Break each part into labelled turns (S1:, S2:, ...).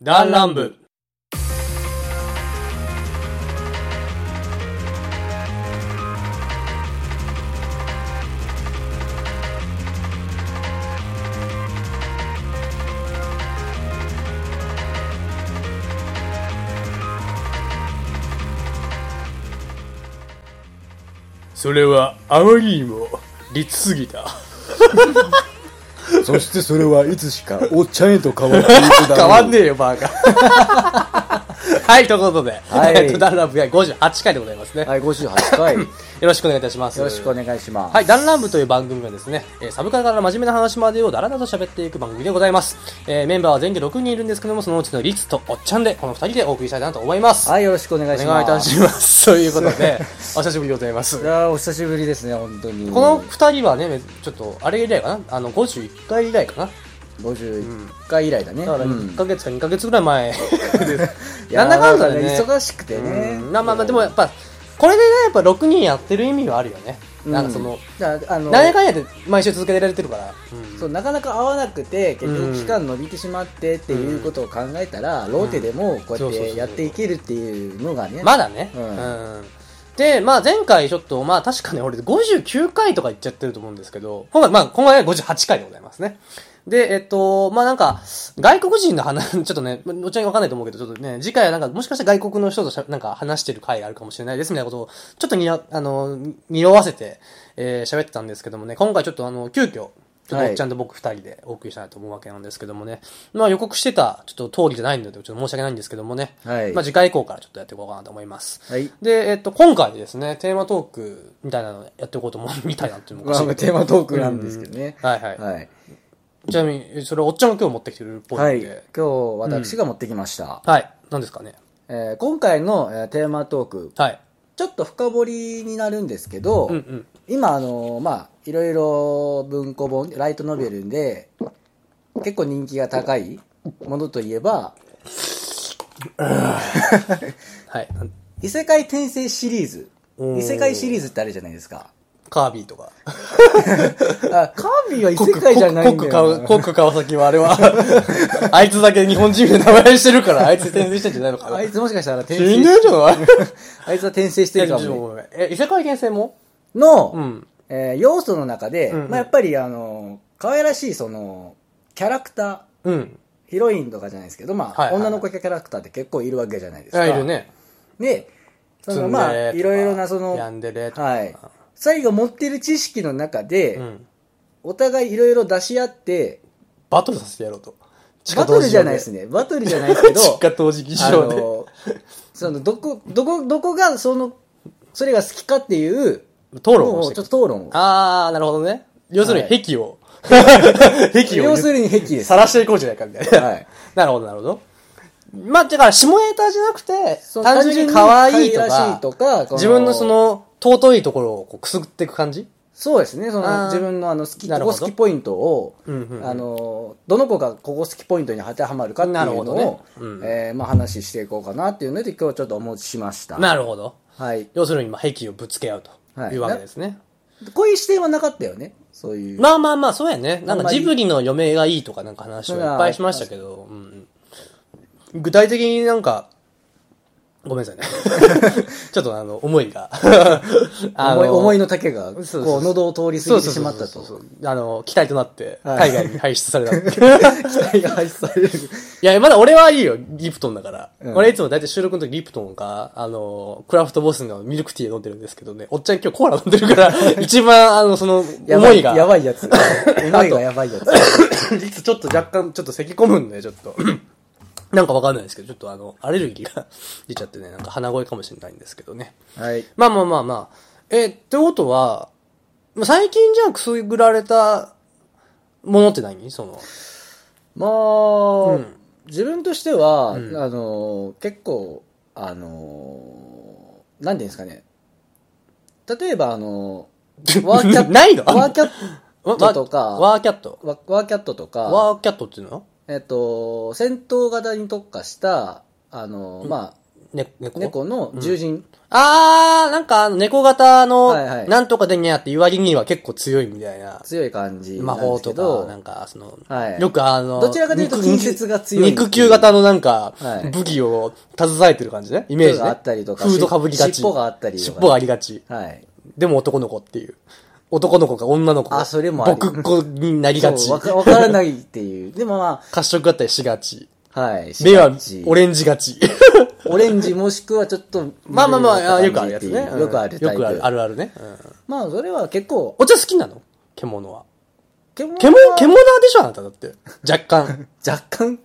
S1: ダンランブ。それはあまりにも律すぎた。
S2: そしてそれはいつしかおっちゃんへと変わっていくだろう。
S1: 変わんねえよ、 バーカ。はい、ということで、
S2: はい
S1: えっと、ダンランブが58回でございますね。
S2: はい、58回。よ
S1: よろしくお願いいたします。
S2: ろしくお願いします。
S1: はい、ダンランブという番組はですね、えーサブカルから真面目な話までをだらだらと喋っていく番組でございます。えーメンバーは全員で6人いるんですけども、そのうちのリツとおっちゃんで、この2人でお送りしたいなと思います。
S2: はい、よろしくお願いし
S1: お
S2: ます。
S1: 願いいたします。ということで、 お久しぶりでございます。
S2: いやーお久しぶりですね、本当に。
S1: この2人はね、ちょっと、あれ以来かなあの、51回以来かな
S2: 51回以来だね。
S1: だから
S2: うん
S1: 1ヶ月か2ヶ月ぐらい前
S2: いや
S1: な
S2: ー
S1: んだかんだでね。
S2: 忙しくてね。
S1: うんまあまあまあ、でもやっぱ、これでね、やっぱ6人やってる意味はあるよね。なんかその、
S2: だあの
S1: 何回やって毎週続けられてるから。
S2: そうなかなか合わなくて結
S1: うん
S2: 局期間伸びてしまってっていうことを考えたら、ローテでもこうやっ
S1: そうそうそう
S2: てやっていけるっていうのがね、
S1: まだね。う。
S2: うんん
S1: で、まあ前回ちょっと、まあ確かね、俺59回とか言っちゃってると思うんですけど、今回、まあ今回は58回でございますね。で、えっと、まあなんか、外国人の話、ちょっとね、もちろんわかんないと思うけど、ちょっとね、次回はなんか、もしかしたら外国の人としゃなんか話してる回あるかもしれないですみたいなことを、ちょっとにら、あの、匂わせて、えー喋ってたんですけどもね、今回ちょっとあの、急遽、ちょっとおっちゃんと僕二人でお送りしたいと思うわけなんですけどもね、まあ予告してた、ちょっと通りじゃないので、ちょっと申し訳ないんですけどもね、
S2: はい
S1: まあ次回以降からちょっとやっていこうかなと思います。
S2: はい
S1: で、えっと、今回ですね、テーマトークみたいなのやっていこうと思う、みたいなっていうのもおか
S2: ま
S1: しい
S2: あ、テーマトークなんですけどね、
S1: うんはいはい
S2: はい
S1: ちなみに、それおっちゃんが今日持ってきてるっぽ
S2: はい
S1: ん
S2: い今
S1: で。
S2: 日私が持ってきました、
S1: はい。何ですかね。
S2: えー今回の、えーテーマトーク
S1: はい。
S2: ちょっと深掘りになるんですけど、
S1: うんうん。
S2: 今あのまあいろいろ文庫本ライトノベルで結構人気が高いものといえば
S1: はい。なん
S2: 異世界転生シリーズ
S1: おー
S2: 異世界シリーズってあるじゃないですか
S1: カービィとか。
S2: あカービィは 異世界じゃないんだ
S1: コック
S2: よ な
S1: コックコック川崎はあれは、あいつだけ日本人で名前してるから、あいつ転生してんじゃないのかな
S2: あ。いつもしかしたら転
S1: 死ん
S2: 生
S1: でんじゃない
S2: あいつは転生してるか
S1: いやちょっと
S2: も、ね、
S1: ごめんえ、異世界転生も
S2: の、
S1: うん
S2: えー要素の中で、
S1: うんうん
S2: まあ、やっぱりあの可愛らしいそのキャラクター
S1: うん。
S2: ヒロインとかじゃないですけど、まあ
S1: はいはい
S2: 女の子キャラクターって結構いるわけじゃないです
S1: あ、
S2: か
S1: いるね。
S2: で、そのまあ、いろいろなその、
S1: ヤンデレとか。
S2: はい。最後持ってる知識の中で、
S1: うん。
S2: お互いいろいろ出し合って、
S1: バトルさせてやろうと。
S2: バトルじゃないです
S1: ね。
S2: ね。バトルじゃないですけ ど、
S1: 地下同時起
S2: あ
S1: 床で。
S2: の、その、どこ、どこ、どこがその、それが好きかっていう、
S1: 討論を
S2: の
S1: し
S2: を
S1: て
S2: ちょっ
S1: く
S2: と討論を。
S1: あー、なるほどね。要するに
S2: はい
S1: 壁 を、壁を
S2: 要するに壁です。
S1: さらしていこうじゃないかみたいな。
S2: はい。
S1: なるほど、なるほど。まあ、だから、下ネタじゃなくて、
S2: そう
S1: 単純に可愛いと
S2: 単純に可愛ら
S1: か
S2: しい、とかこ
S1: 自分のそ、の、尊いところをこうくすぐっていく感じ
S2: そうですね、そ
S1: あー
S2: の自分のあの好き、
S1: なる
S2: こ
S1: ほ
S2: こ
S1: ど
S2: 好きポイントを、
S1: うんうんうん
S2: あの、どの子がここ好きポイントに当てはまるかっていう
S1: なる
S2: の
S1: ほ
S2: を、
S1: どねうん
S2: えーまあ話していこうかなっていうので、今日ちょっとお持ちしました。
S1: なるほど。
S2: はい。
S1: 要するに、まあ、壁をぶつけ合うと
S2: はい
S1: いうわけですね。
S2: こういう視点はなかったよね、そういう。
S1: まあまあまあ、そうやね。なん
S2: あ
S1: か、
S2: んまり
S1: ジブリの嫁がいいとかなんか話をいっぱいしましたけど、うんうん具体的になんか、ごめんなさいね。ちょっとあの、思いが。
S2: 思い思い
S1: い
S2: の丈が、こう、
S1: そうそうそう
S2: 喉を通り過
S1: そう
S2: ぎ
S1: そ
S2: て
S1: う
S2: し
S1: そう
S2: まった
S1: そう
S2: と。
S1: そうそうあの、期待となって、
S2: はい
S1: 海外 に排出されたって いう。
S2: 期 待が発される。
S1: いや、まだ俺はいいよ、リプトンだから。
S2: うん
S1: 俺いつも大体収録の時リプトンか、あの、クラフトボスのミルクティー飲んでるんですけどね、おっちゃん今日コーラ飲んでるか ら、一番あの、その、
S2: やば
S1: 思
S2: い
S1: いが。
S2: やばい やつ。思いがやばいやつ。
S1: いつちょっと若干、ちょっと咳込むんで、ちょっと。 なんかわかんないですけど、ちょっとあの、アレルギーが出ちゃってね、なんか鼻声かもしれないんですけどね。
S2: はい。
S1: まあまあまあまあ。え、ってことは、まあ最近じゃあくすぐられたものって何その。
S2: まあ、自分としては、あの、結構、あの、なんていうんですかね。例えば、あ の、ワーキャット、
S1: ないの
S2: ワーキャッ
S1: わ
S2: トとか、ワ
S1: ワーキャット。
S2: ーワーキャットとか、
S1: ワーキャットっていうの
S2: えっと、戦闘型に特化した、あの、まあ、
S1: ね、猫
S2: 猫の獣人。
S1: あー、なんか、猫型の
S2: はいは、い
S1: なんとかでにゃーって言われには結構強いみたいな。
S2: 強い感じなん
S1: 魔
S2: で
S1: 法
S2: すけ
S1: と
S2: ど
S1: か、なんか、その、
S2: はい
S1: よくあの、
S2: どちらかというと
S1: 肉
S2: 近接が強い
S1: 肉球型のなんか
S2: はい、
S1: 武器を携えてる感じね。イメージ
S2: 服
S1: ね。
S2: があったりとか
S1: フードかぶりがち。
S2: 尻尾があったりとか
S1: 尻尾がありがち。
S2: はい。
S1: でも男の子っていう。男の子か女の子か。
S2: あそれもあり
S1: 僕っ子になりがち
S2: そう。わかわからないっていう。でもま
S1: 褐色だったりしがち。
S2: あ、はい。
S1: 目は
S2: し
S1: オレンジが ち。
S2: オレンジもしくはちょっと、
S1: まあまあまあ、 よ
S2: 緑
S1: くあ
S2: だ
S1: る
S2: っ
S1: やつ
S2: た感じっていう
S1: ね。うん
S2: よくあるタイ
S1: よ
S2: プ。
S1: くある、あるあるね。うん
S2: まあ、それは結構、
S1: お茶好きなの獣は。
S2: 獣
S1: 獣、
S2: は
S1: 獣でしょあなただって。若干。
S2: 若干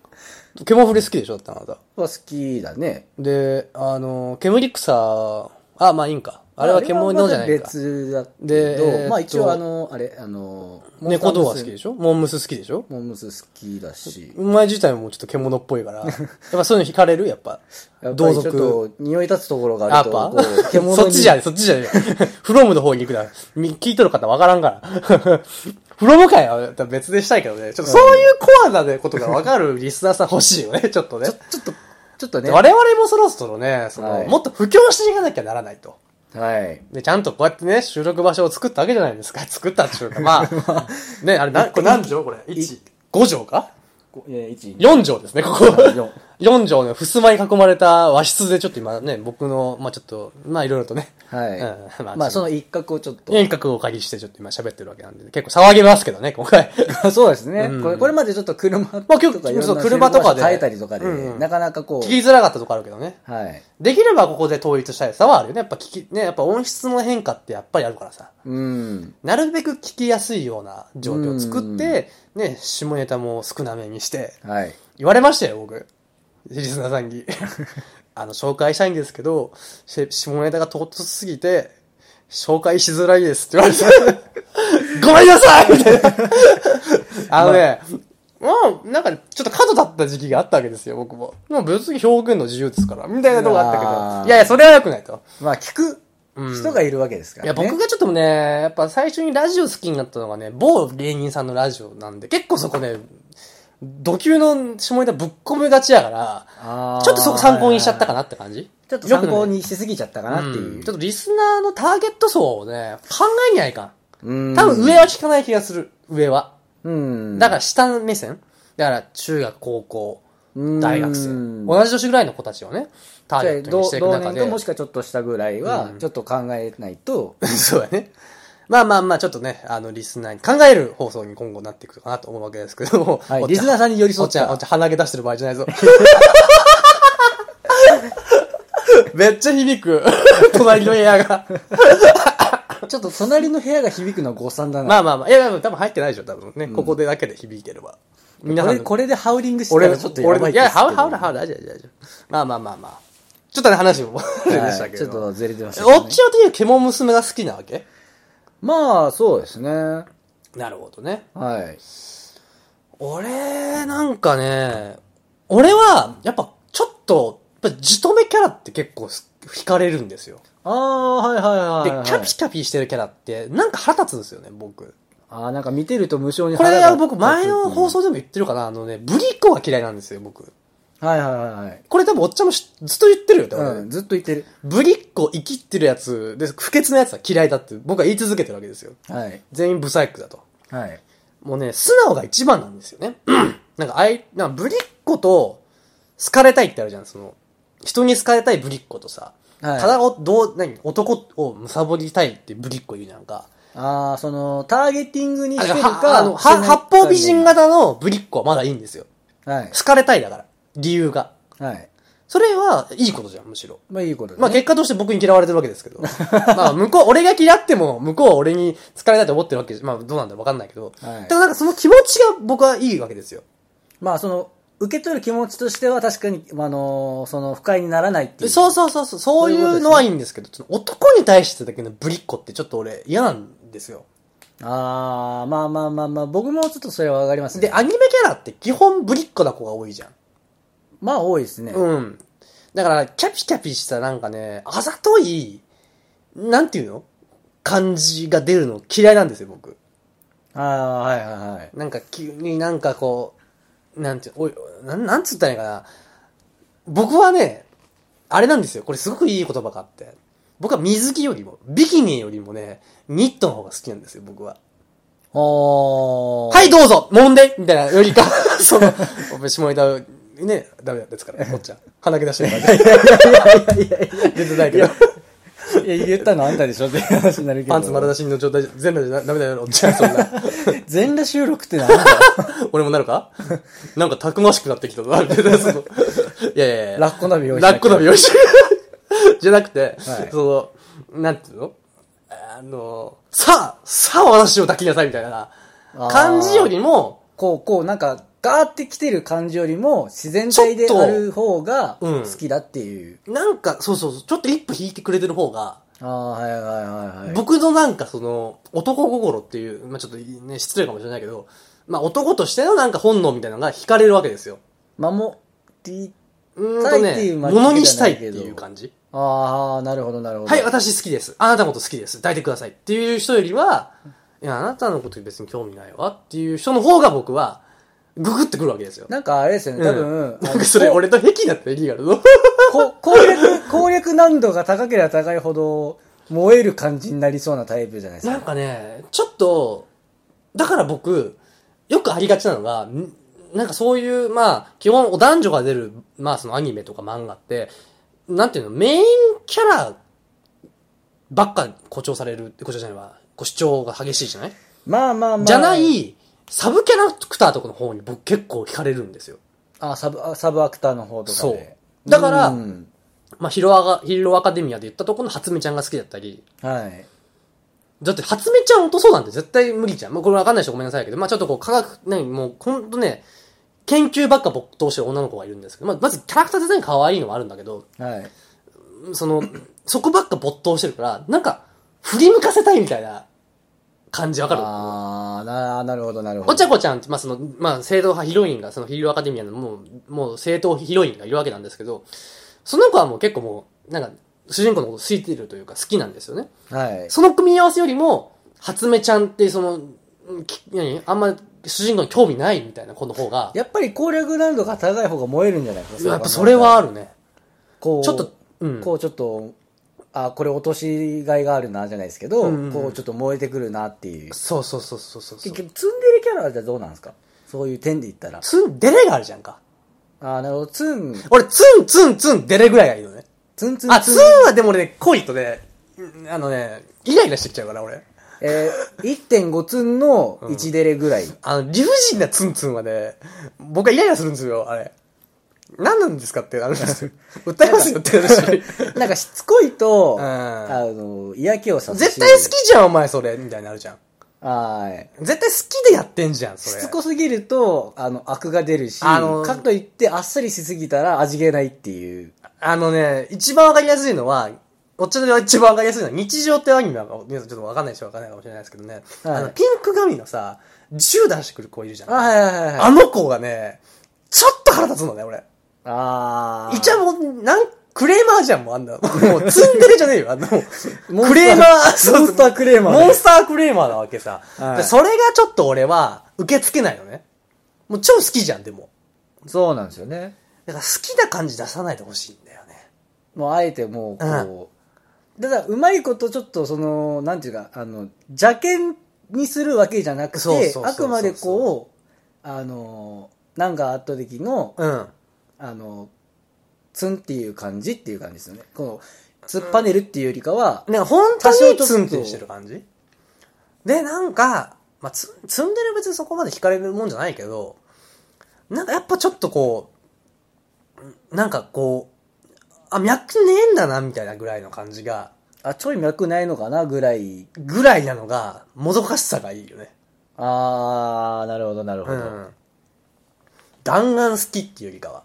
S1: 獣フレ好きでしょだってあなた。
S2: は好きだね。
S1: で、あの、煙草、あ、まあいいんか。あれは獣じゃないか。
S2: 別だけど、
S1: でえー
S2: まあ一応
S1: と
S2: あの、あれ、あの、
S1: 猫童は好き
S2: しょ
S1: でしょモンムス好きでしょ
S2: モンムス好きだし。
S1: お前自体もちょっと獣っぽい から。やっぱそういうの惹かれるやっぱ。
S2: やっぱ
S1: 同
S2: りちょ
S1: 族。
S2: っと匂い立つところが
S1: や
S2: あ
S1: っ
S2: ると、
S1: ぱ
S2: こう獣に
S1: そっちじゃねそっちじゃねフロムの方に行くな。み聞いとる方わからんから。 フロム界は別でしたいけどね。ちょっとそういうコアなねことがわかるリスナーさん欲しいよね、ちょっとね。
S2: ちょっと、ちょっとね。
S1: 我々もそろそろね、その、
S2: はい
S1: もっと布教していかなきゃならないと。
S2: はい。
S1: で、ちゃんとこうやってね、収録場所を作ったわけじゃないですか。 作ったっていうか、まあ、 ね、あれ、な、これ何畳これ。1、5畳か
S2: え、1、
S1: ?4 畳ですね、ここ。
S2: 四
S1: 4畳の襖に囲まれた和室で、ちょっと今ね、僕の、まあちょっと、まあいろいろとね。
S2: はい。
S1: うん まあ、
S2: まあそ
S1: その、
S2: の一角をちょっと。
S1: 遠隔をお借りして、ちょっと今喋ってるわけなんで、結構騒げますけどね、今回。
S2: そうですね、これ。これまでちょっと車
S1: ま
S2: とか
S1: あ
S2: い
S1: 結
S2: ろ
S1: 構
S2: んな
S1: そう車とかで
S2: 変えたりとかで、
S1: うんうん
S2: なかなかこ
S1: 聞き
S2: う、
S1: づらかったとこあるけどね。
S2: はい。
S1: できればここで統一したい差はあるよね。やっぱ聞き、ね、やっぱ音質の変化ってやっぱりあるからさ。
S2: うん。
S1: なるべく聞きやすいような状況を作って、ね、下ネタも少なめにして、
S2: はい。
S1: 言われましたよ、僕。リスナーさんに。あの、紹介したいんですけど、し下ネタが唐突すぎて、紹介しづらいですって言われて、ごめんなさいみたいな。あのね、まあ、なんか、ちょっと角だった時期があったわけですよ、僕も。もう別に表現の自由ですから、みたいなとこがあったけ
S2: うわ
S1: ど、
S2: ー
S1: いやいや、それは良くないと。
S2: まあ聞く人がいるわけですか
S1: いや、
S2: らね。
S1: 僕がちょっとね、やっぱ最初にラジオ好きになったのがね、某芸人さんのラジオなんで、結構そこね、土級の下ネタぶっ込みがちやから、
S2: あー
S1: ちょっとそこ参考にしちゃったかなって感じ
S2: ちょっと参考
S1: よ
S2: にしすぎちゃったか
S1: くね
S2: なっていう
S1: うん。ちょっとリスナーのターゲット層をね、考えにゃいか
S2: うん
S1: ん。多分上は聞かない気がする。上は。
S2: うん。
S1: だから下目線だから中学、高校、
S2: うん
S1: 大学生。同じ年ぐらいの子たちをね、ターゲットにしていく
S2: 同
S1: 中
S2: 年
S1: で
S2: と。もしくはちょっとしたぐらいは、ちょっと考えな いと、
S1: そうやね。まあまあまあ、ちょっとね、あの、リスナーに考える放送に今後なっていくかなと思うわけですけども。
S2: はい
S1: お茶
S2: リスナーさんに寄り添
S1: お
S2: っ
S1: 茶、
S2: た
S1: お茶、鼻毛出してる場合じゃない ぞ。めっちゃ響く。 隣の部屋が。
S2: ちょっと隣の部屋が響くのは誤算だな。
S1: まあまあまあ、いや、でも多分入ってないでしょ、多分ね。ここでだけで響いてれば。皆さん
S2: これ、
S1: の、
S2: これでハウリングしてた
S1: 俺の、
S2: らちょっとやばい
S1: 俺のい
S2: ですけど
S1: や、ハウハウラハウラ、大丈夫大丈夫。まあまあまあまあ。ちょっとね、話も、あれでした
S2: はい
S1: け
S2: ちょっ
S1: ど。
S2: とずれてましたけ
S1: お
S2: ど
S1: っ
S2: ね。
S1: ちゃんという獣娘が好きなわけ
S2: まあ、そうですね。は
S1: なるほどね。
S2: い。
S1: 俺、なんかね、俺は、やっぱ、ちょっと、やっぱ、じとめキャラって結構す、惹かれるんですよ。
S2: ああ、はいはい
S1: で
S2: はい、はい。
S1: キャピキャピしてるキャラって、なんか腹立つんですよね、僕。
S2: ああ、なんか見てると無性に
S1: こ
S2: 腹
S1: れ
S2: が
S1: は
S2: 立つ
S1: 僕、前の放。送でも言ってるかな、あのね、ぶりっ子が嫌いなんですよ、僕。
S2: はいはいはいはい。
S1: これ多分、おっちゃんもしずっと言ってるよ、多分、
S2: うん、ずっと言ってる。
S1: ぶりっ子生きってるやつ、で、不潔なやつは嫌いだって、僕は言い続けてるわけですよ。
S2: はい。
S1: 全員ブサイクだと。
S2: はい。
S1: もうね、素直が一番なんですよね。 なんか、あい、なんか、ぶりっ子と、好かれたいってあるじゃん、その、人に好かれたいぶりっ子とさ、
S2: はい
S1: ただお、どう、何、男を貪りたいってぶりっ子言うじゃんか。
S2: ああ、その、ターゲティングに
S1: あ
S2: してる
S1: は
S2: か、
S1: あの、は八方美人。型のぶりっ子はまだいいんですよ。
S2: はい。
S1: 好かれたいだから。理由が。
S2: はい。
S1: それは、いいことじゃん、むしろ。
S2: まあいいことだ、ね。
S1: まあ結果として僕に嫌われてるわけですけど。 まあ向こう、俺が嫌っても、向こうは俺に好かれたいと思ってるわけじゃまあどうなんだろうわかんないけど。
S2: はい
S1: だからなんかその気持ちが僕はいいわけですよ。
S2: まあその、受け取る気持ちとしては確かに、あのーその、不快にならないっていう。
S1: そうそうそうそう、そういうのはいいんですけど、その男に対してだけのぶりっ子ってちょっと俺嫌なんですよ。
S2: ああ、まあまあまあまあ、僕もちょっとそれはわかりますね。
S1: で、アニメキャラって基本ぶりっ子な子が多いじゃん。
S2: まあ多いですね。
S1: うん。だから、キャピキャピしたなんかね、あざとい、なんていうの感じが出るの嫌いなんですよ、僕。
S2: ああ、はいはいはい。
S1: なんか急になんかこう、なんていう、おい、なん、なんつったらいいかな。僕はね、あれなんですよ。これすごくいい言葉があって。僕は水着よりも、ビキニよりもね、ニットの方が好きなんですよ、僕は。
S2: あは
S1: はい、どうぞ揉んでみたいなよりか、 その、お前下ネタ、ね、ダメですからね、こっちは。鼻毛出してるから、
S2: いやいやい
S1: 出てないけど。
S2: やいや、言ったのあんたでしょっていう話になるけど。
S1: パンツ丸出しの状態じゃ、全裸じゃなダメだよ、おっちゃん、そん な。
S2: 全裸収録ってなんだ
S1: 俺もなる かなんかたくましくなってきたぞ、なんかそのいやいやいや。
S2: ラッコ鍋用意しなきゃ
S1: ラッコ鍋用意し じゃなくて、
S2: はい
S1: その、なんていうのあの、さあ、さあ私を抱きなさいみたいな
S2: あー
S1: 感じよりも、
S2: こう、こう、なんか、ガーって来てる感じよりも、自然体で
S1: ちょっと
S2: ある方が
S1: うん
S2: 好きだっていう。
S1: なんか、そうそうそう、ちょっと一歩引いてくれてる方が、
S2: ああ、はいはいはいはい。
S1: 僕のなんかその、男心っていう、まあちょっとね、失礼かもしれないけど、まあ男としてのなんか本能みたいなのが惹かれるわけですよ。
S2: 守り、
S1: うーんと
S2: したいってい
S1: ね、
S2: う
S1: も
S2: 巻き
S1: の
S2: じゃないけど
S1: にしたいっていう感じ。
S2: ああ、なるほどなるほど。
S1: はい、私好きです。あなたのこと好きです。抱いてください。っていう人よりは、いや、あなたのこと別に興味ないわっていう人の方が僕は、ググってくるわけですよ。
S2: なんかあれですよね、多分、
S1: うん、なんかそれ俺と癖だったらいいからぞ。
S2: こ攻略、攻略難度が高ければ高いほど、燃える感じになりそうなタイプじゃないです
S1: な
S2: か。
S1: んかね、ちょっと、だから僕、よくありがちなのが、んなんかそういう、まあ、基本お男女が出る、まあそのアニメとか漫画って、なんていうの、メインキャラばっか誇張される、誇張じゃないわ、こう主張が激しいじゃない
S2: まあまあまあ。
S1: じゃな。い、サブキャラクターとかの方に僕結構惹かれるんですよ。
S2: あサブ、あサブアクターの方とかで。
S1: そうだから
S2: うん
S1: まあ、ヒロアカ、ヒーローアカデミアで言ったところの初めちゃんが好きだったり、
S2: はい。
S1: だって初めちゃん落とそうなんて絶対無理じゃん。もうこれわかんない人ごめんなさいけど、まあちょっとこう科学、ね、もうほんとね、研究ばっか僕通してる女の子がいるんですけど、まあまずキャラクターデザイン可愛いのはあるんだけど、
S2: はい。
S1: その、そこばっか没頭してるから、なんか、振り向かせたいみたいな感じわかる
S2: ああ、な、なるほどなるほ
S1: おち
S2: ど。
S1: ゃこちゃんって、まあ、その、まあ、正統派ヒロインが、そのヒーローアカデミアのもう、もう正統ヒロインがいるわけなんですけど、その子はもう結構もう、なんか、主人公のこと好いてるというか好きなんですよね。
S2: はい。
S1: その組み合わせよりも、初めちゃんっていうその、うんき何あんま主人公に興味ないみたいな子の方が、
S2: やっぱり攻略難度が高い方が燃えるんじゃないですか
S1: やっぱそれはあ
S2: る。
S1: るね。
S2: こう、
S1: ちょっと、うん。
S2: こうちょっと、あ、これ落としがいがあるな、じゃないですけど、
S1: うんうん
S2: こうちょっと燃えてくるなっていう。
S1: そうそうそうそうそうそ
S2: 結
S1: う。
S2: 局、ツンデレキャラはじゃあどうなんですかそういう点で言ったら。
S1: ツン、デレがあるじゃんか。
S2: ああ、なるほど。ツン、
S1: 俺、ツン、ツン、ツン、デレぐらいがいいのね。
S2: ツンツンツン。
S1: あ、ツンはでも俺ね、恋とね、うんあのね、イライラしてきちゃうから俺。
S2: えー、1.5ツンの1デレぐらい。
S1: あの、理不尽なツンツンはね、僕はイライラするんですよ、あれ。何なんですかって なるんですよ。訴えますよって 話。
S2: なんかしつこいと、
S1: うん
S2: あの、嫌気をさせ
S1: 絶対好きじゃん、お前それ、みたいになるじゃん。
S2: はい。
S1: 絶対好きでやってんじゃん、そ
S2: し
S1: れ。
S2: つこすぎると、あの、悪が出るし、
S1: あの
S2: かといってあっさりしすぎたら味気ないっていう。
S1: あのね、一番わかりやすいのは、こっちの一番わかりやすいのは、日常ってアニメは、皆さんちょっとわかんない人はわかんないかもしれないですけどね、
S2: はい
S1: あの、ピンク髪のさ、銃出してくる子いるじゃん。
S2: あ、はいはいはいはい。
S1: あの子がね、ちょっと腹立つのね、俺。
S2: あー
S1: いちゃもう、なん、クレーマーじゃん、もうあん な。もう、ツンデレじゃねえよ、あんなもう。
S2: モンスター
S1: クレーマー、
S2: モンスタークレ
S1: モンスタークレ
S2: ーマー
S1: ーマーなわけさ。
S2: はい
S1: でそれがちょっと俺は、受け付けないのね。もう超好きじゃん、でも。
S2: そうなんですよね。
S1: だから好きな感じ出さないでほしいんだよね。
S2: もうあえてもう、こう。ただ、うまいことちょっとその、なんていうか、あの、邪険にするわけじゃなく
S1: そうそう
S2: て
S1: そう、そう
S2: あくまでこう、あの、なんかあった時の、
S1: うん。
S2: あの、ツンっていう感じっていう感じですよね。この、突っぱねるっていうよりかは、
S1: なんか本当にツンツンしてる感じで、なんか、まあ、ツンツンデレ別にそこまで惹かれるもんじゃないけど、なんかやっぱちょっとこう、なんかこう、あ、脈ねえんだな、みたいなぐらいの感じが、
S2: あ、ちょい脈ないのかなぐらい。
S1: ぐらいなのが、もどかしさがいいよね。
S2: あー、なるほど、なるほ
S1: う
S2: ど。
S1: ん。弾丸好きっていうよりかは。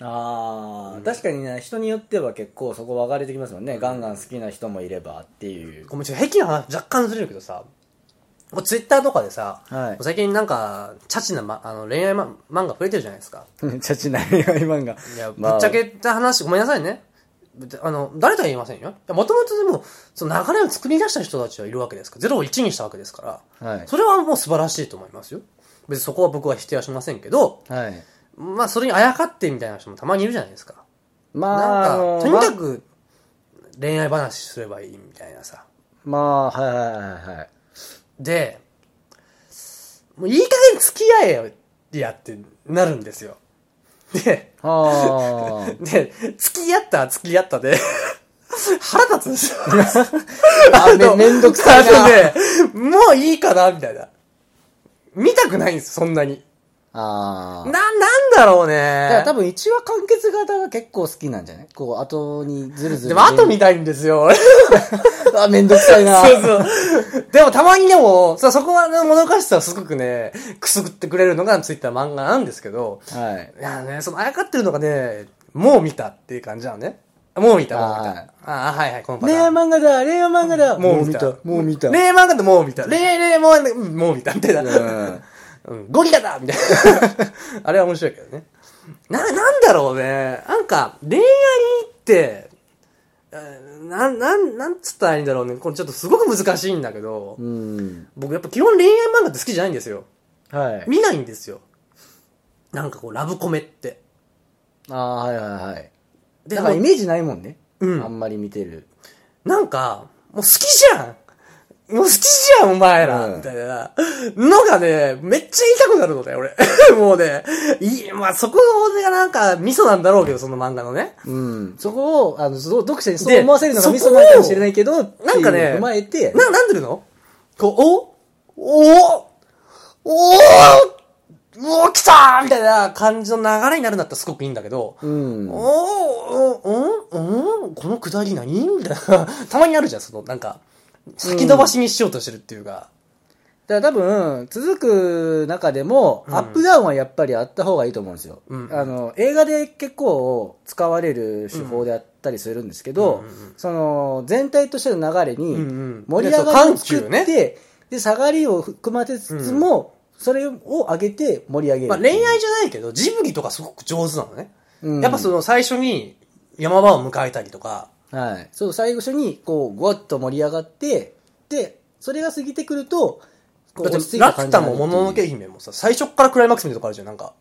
S2: あー、確かにね、人によっては結構そこ分かれてきますもんね。ガンガン好きな人もいればって いう。
S1: ごめん、ちょっと癖の話若干ずれるけどさ、こうツイッターとかでさ、
S2: はい
S1: 最近なんか、チャチな、ま、あの恋愛、ま、漫画増えてるじゃないですか。
S2: チャチな恋愛漫画。
S1: いや、ぶ
S2: まあ
S1: っちゃけた話、ごめんなさいね。ぶっちゃあの、誰とは言いませんよ。もともとでも、その流れを作り出した人たちはいるわけですから、ゼロを1にしたわけですから、
S2: はい
S1: それはもう素晴らしいと思いますよ。別にそこは僕は否定はしませんけど、
S2: はい。
S1: まあそれにあやかってみたいな人もたまにいるじゃないですか。
S2: まあ、あ
S1: なん
S2: の
S1: か、とにかく、恋愛話すればいいみたいなさ。
S2: まあ、はいはいはいはい。
S1: で、もういい加減付き合えよ、やってなるんですよ。で、
S2: あー
S1: で、付き合ったら付き合ったで、 腹立つんですよ。
S2: あめめんどくさいな
S1: あのね、もういいかな、みたいな。見たくないんです、そんなに。
S2: あ
S1: な、なん
S2: ー。
S1: だろう
S2: だから
S1: ね。
S2: 多分1話完結型が結構好きなんじゃないこう、後にずるずる。
S1: でも、後見たいんです よ。
S2: あ、めんどくさいな。
S1: そうそう。でもたまにでも、さそこはね、もどかしさをすごくね、くすぐってくれるのがついた漫画なんですけど、
S2: はい。
S1: いやね、そのあやかってるのがね、もう見たっていう感じなのね。もう見た、もう見
S2: は
S1: た
S2: い。
S1: ああ、はいはい、このパタ
S2: 恋
S1: ー
S2: 愛
S1: ン。
S2: 漫画だ、恋愛漫画だ。
S1: もう見た。
S2: もう見た。
S1: 恋愛漫画でもう見た。恋愛、恋愛もう、うんもう見た、みたいな。
S2: うん
S1: うん、ゴリラだみ たいな。あれは面白いけどね。な、なんだろうね。なんか、恋愛って、うんなん、なん、なんつったらいいんだろうね。これちょっとすごく難しいんだけど、
S2: うん。
S1: 僕やっぱ基本恋愛漫画って好きじゃないんですよ。
S2: はい。
S1: 見ないんですよ。なんかこう、ラブコメって。
S2: ああ、はいはいはい。
S1: で、
S2: だからイメージないもんね。
S1: うん
S2: あんまり見てる。
S1: なんか、もう好きじゃんもう好きじゃん、お前ら、
S2: うん
S1: みたいな。のがね、めっちゃ言いたくなるのね、俺。 もうね、いい、まあそこがなんか、ミソなんだろうけど、その漫画のね。
S2: うん。そこを、あの、そう読者にそう
S1: で
S2: 思わせるのがミソ
S1: そこを
S2: なのかもしれないけど、
S1: なんかね
S2: っていうのを踏まえて、
S1: な、なんていうのこう、おおおおおお来たーみたいな感じの流れになるんだったらすごくいいんだけど、
S2: うん。
S1: おおおおおこのくだり何みたいな。たまにあるじゃん、その、なんか、先延ばしにしようとしてるっていうか。
S2: だから多分、続く中でも、
S1: うん
S2: アップダウンはやっぱりあった方がいいと思うんですよ。
S1: うん
S2: あの、映画で結構使われる手法であったりするんですけど、
S1: うんうんうん
S2: その、全体としての流れに
S1: うんうん、
S2: 盛り上がりを作
S1: そう緩急
S2: って、
S1: ね
S2: で、下がりを含ませつつも、それを上げて盛り上げる。
S1: まあ、恋愛じゃないけど、ジブリとかすごく上手なのね。
S2: うん
S1: やっぱその最初に山場を迎えたりとか、
S2: はい。そう、最初に、こう、ごわっと盛り上がって、で、それが過ぎてくると、こう
S1: だ
S2: 落
S1: っ
S2: ち着
S1: て
S2: いた
S1: ラ
S2: 感
S1: ピュ
S2: じ
S1: タ
S2: になる
S1: も
S2: っていう
S1: もののけ姫もさ、最初からクライマックスみたいなとこあるじゃん、なんか。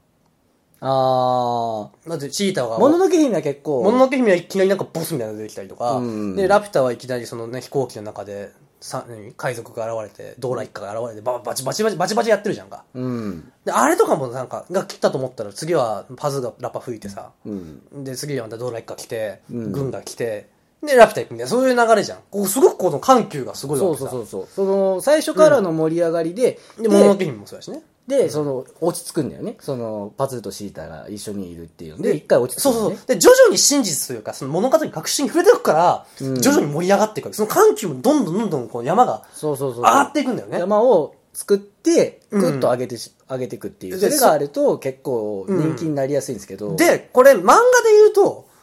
S2: あ
S1: だってチーター
S2: あ。
S1: が。
S2: もののけ姫は結構。
S1: もののけ姫はいきなりなんかボスみたいなの出てきたりとか、
S2: うん
S1: で、ラピュタはいきなりそのね、飛行機の中で、さ何海賊が現れて、ドーラ一家が現れて、ババチバチバチバチバチやってるじゃんか。
S2: うん。
S1: で、あれとかもなんか、が来たと思ったら、次はパズがラッパ吹いてさ、
S2: うん。
S1: で、次はまたドーラ一家来て、
S2: うん
S1: 軍が来て、で、ラピュタ行くみたいな、そういう流れじゃん。こう、すごくこの緩急がすごいわ
S2: そ
S1: け
S2: う
S1: さ。
S2: そうそうそう。その、最初からの盛り上がりで、
S1: で、もののけ姫もそうだしね。
S2: で、その、落ち着くんだよね。その、パズーとシータが一緒にいるっていうので、一回落ち着く
S1: そ
S2: ん
S1: う
S2: だ
S1: そ
S2: よ
S1: う
S2: ね。
S1: そう。で、徐々に真実というか、その物語に確信に触れていくから、
S2: うん
S1: 徐々に盛り上がっていくわけ。その緩急もどんどんどんどんこう山が
S2: そうそうそう。
S1: 上がっていくんだよね。
S2: 山を作って、
S1: うん
S2: ぐっと上げてし、上げていくっていう。そ
S1: で
S2: れがあると、結構、人気になりやすいんですけど。、
S1: で、これ漫画で言うと、うん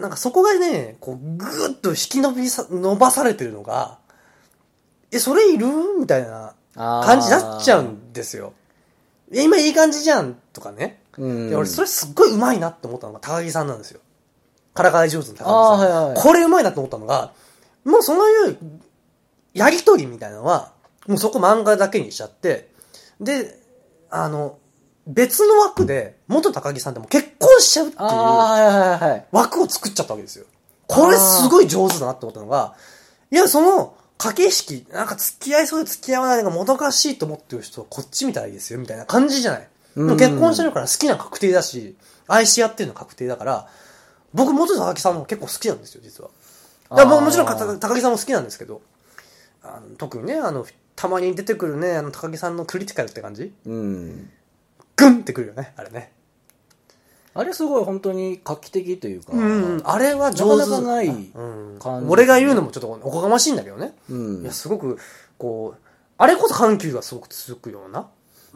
S1: なんかそこがね、こう、ぐーっと引き伸びさ、伸ばされてるのが、え、それいるみたいな感じになっちゃうんですよ。え、今いい感じじゃんとかね。
S2: うん。
S1: で俺、それすっごい上手いなって思ったのが高木さんなんですよ。からかい上手の高木さん。
S2: あーはいはい
S1: これ上手いなと思ったのが、もうそういう、やりとりみたいなのは、もうそこ漫画だけにしちゃって、で、あの、別の枠で、元高木さんでも結婚しちゃうっていう
S2: ああ、はいはいはい。
S1: 枠を作っちゃったわけですよ。これすごい上手だなって思ったのが、いや、その、駆け引き、なんか付き合いそうで付き合わないのがもどかしいと思ってる人はこっちみたいですよ、みたいな感じじゃない。で
S2: うん
S1: も結婚してるから好きなの確定だし、愛し合ってるの確定だから、僕、元高木さんの方結構好きなんですよ、実は。だから僕もちろん
S2: あー
S1: 高高木さんも好きなんですけど、あの特にね、あの、たまに出てくるね、あの、高木さんのクリティカルって感じ
S2: うん。
S1: グンってくるよね、あれね。
S2: あれすごい本当に画期的というか。
S1: うん、あれは上手
S2: なかなかない
S1: うん
S2: 感じ
S1: 俺が言うのもちょっとおこがましいんだけどね、
S2: うん
S1: いやすごくこうあれこそ緩急がすごく続くような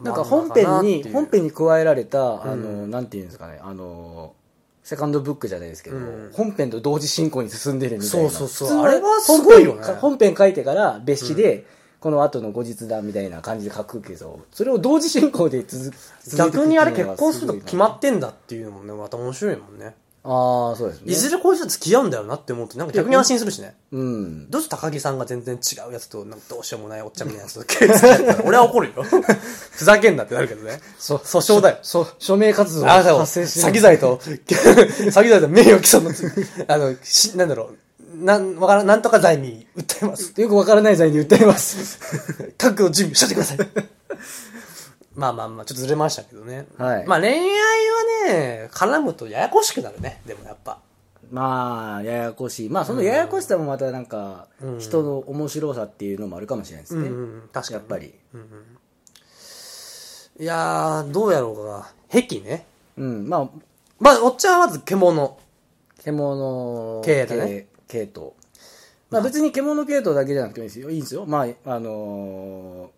S2: なんか本
S1: 漫画
S2: 編
S1: だなってい
S2: に、
S1: う
S2: 本編に加えられた、あ
S1: う
S2: の、なんていうんですかね、あの、セカンドブックじゃないですけど
S1: うん、
S2: 本編と同時進行に進んでるみたいな。
S1: そうそうそう
S2: 普通
S1: あれはすごいよね
S2: 本編本編書いてから別紙で、この後の後日談みたいな感じで書くけど、それを同時進行で続く。
S1: 逆にあれ結婚すると
S2: と
S1: 決まってんだっていうのもねまた面白いもんね
S2: ああ、そうですね。
S1: いずれこういう人と付き合うんだよなって思うと、なんか逆に安心するしね。
S2: うん。
S1: どうして高木さんが全然違うやつと、なんかどうしようもないおっちゃんみたいなやつと付き合った ら、俺は怒るよ。 ふざけんなってなるけどね。
S2: そ
S1: 訴訟だよ
S2: そ、署名活動
S1: あなたを
S2: 発生して
S1: 詐欺罪と、 詐欺罪と名誉毀損の罪、あの、し、なんだろう、なん、わからん、なんとか罪に訴え ます。
S2: よくわからない罪に訴 えます。
S1: 覚悟準備しといてください。まあまあまあ、ちょっとずれましたけどね。
S2: はい
S1: まあ恋愛はね、絡むとややこしくなるね。でもやっぱ。
S2: まあ、ややこしい。まあ、そのややこしさもまたなんか、人の面白さっていうのもあるかもしれないですね。
S1: うんうん確かに
S2: やっぱり。
S1: いやー、どうやろうか。癖ね。
S2: うん。まあ、
S1: まあ、おっちゃんはまず獣。
S2: 獣
S1: 系だね
S2: 系系統。まあ別に獣系統だけじゃなくてもいいですよ。いいんですよ。まあ、あの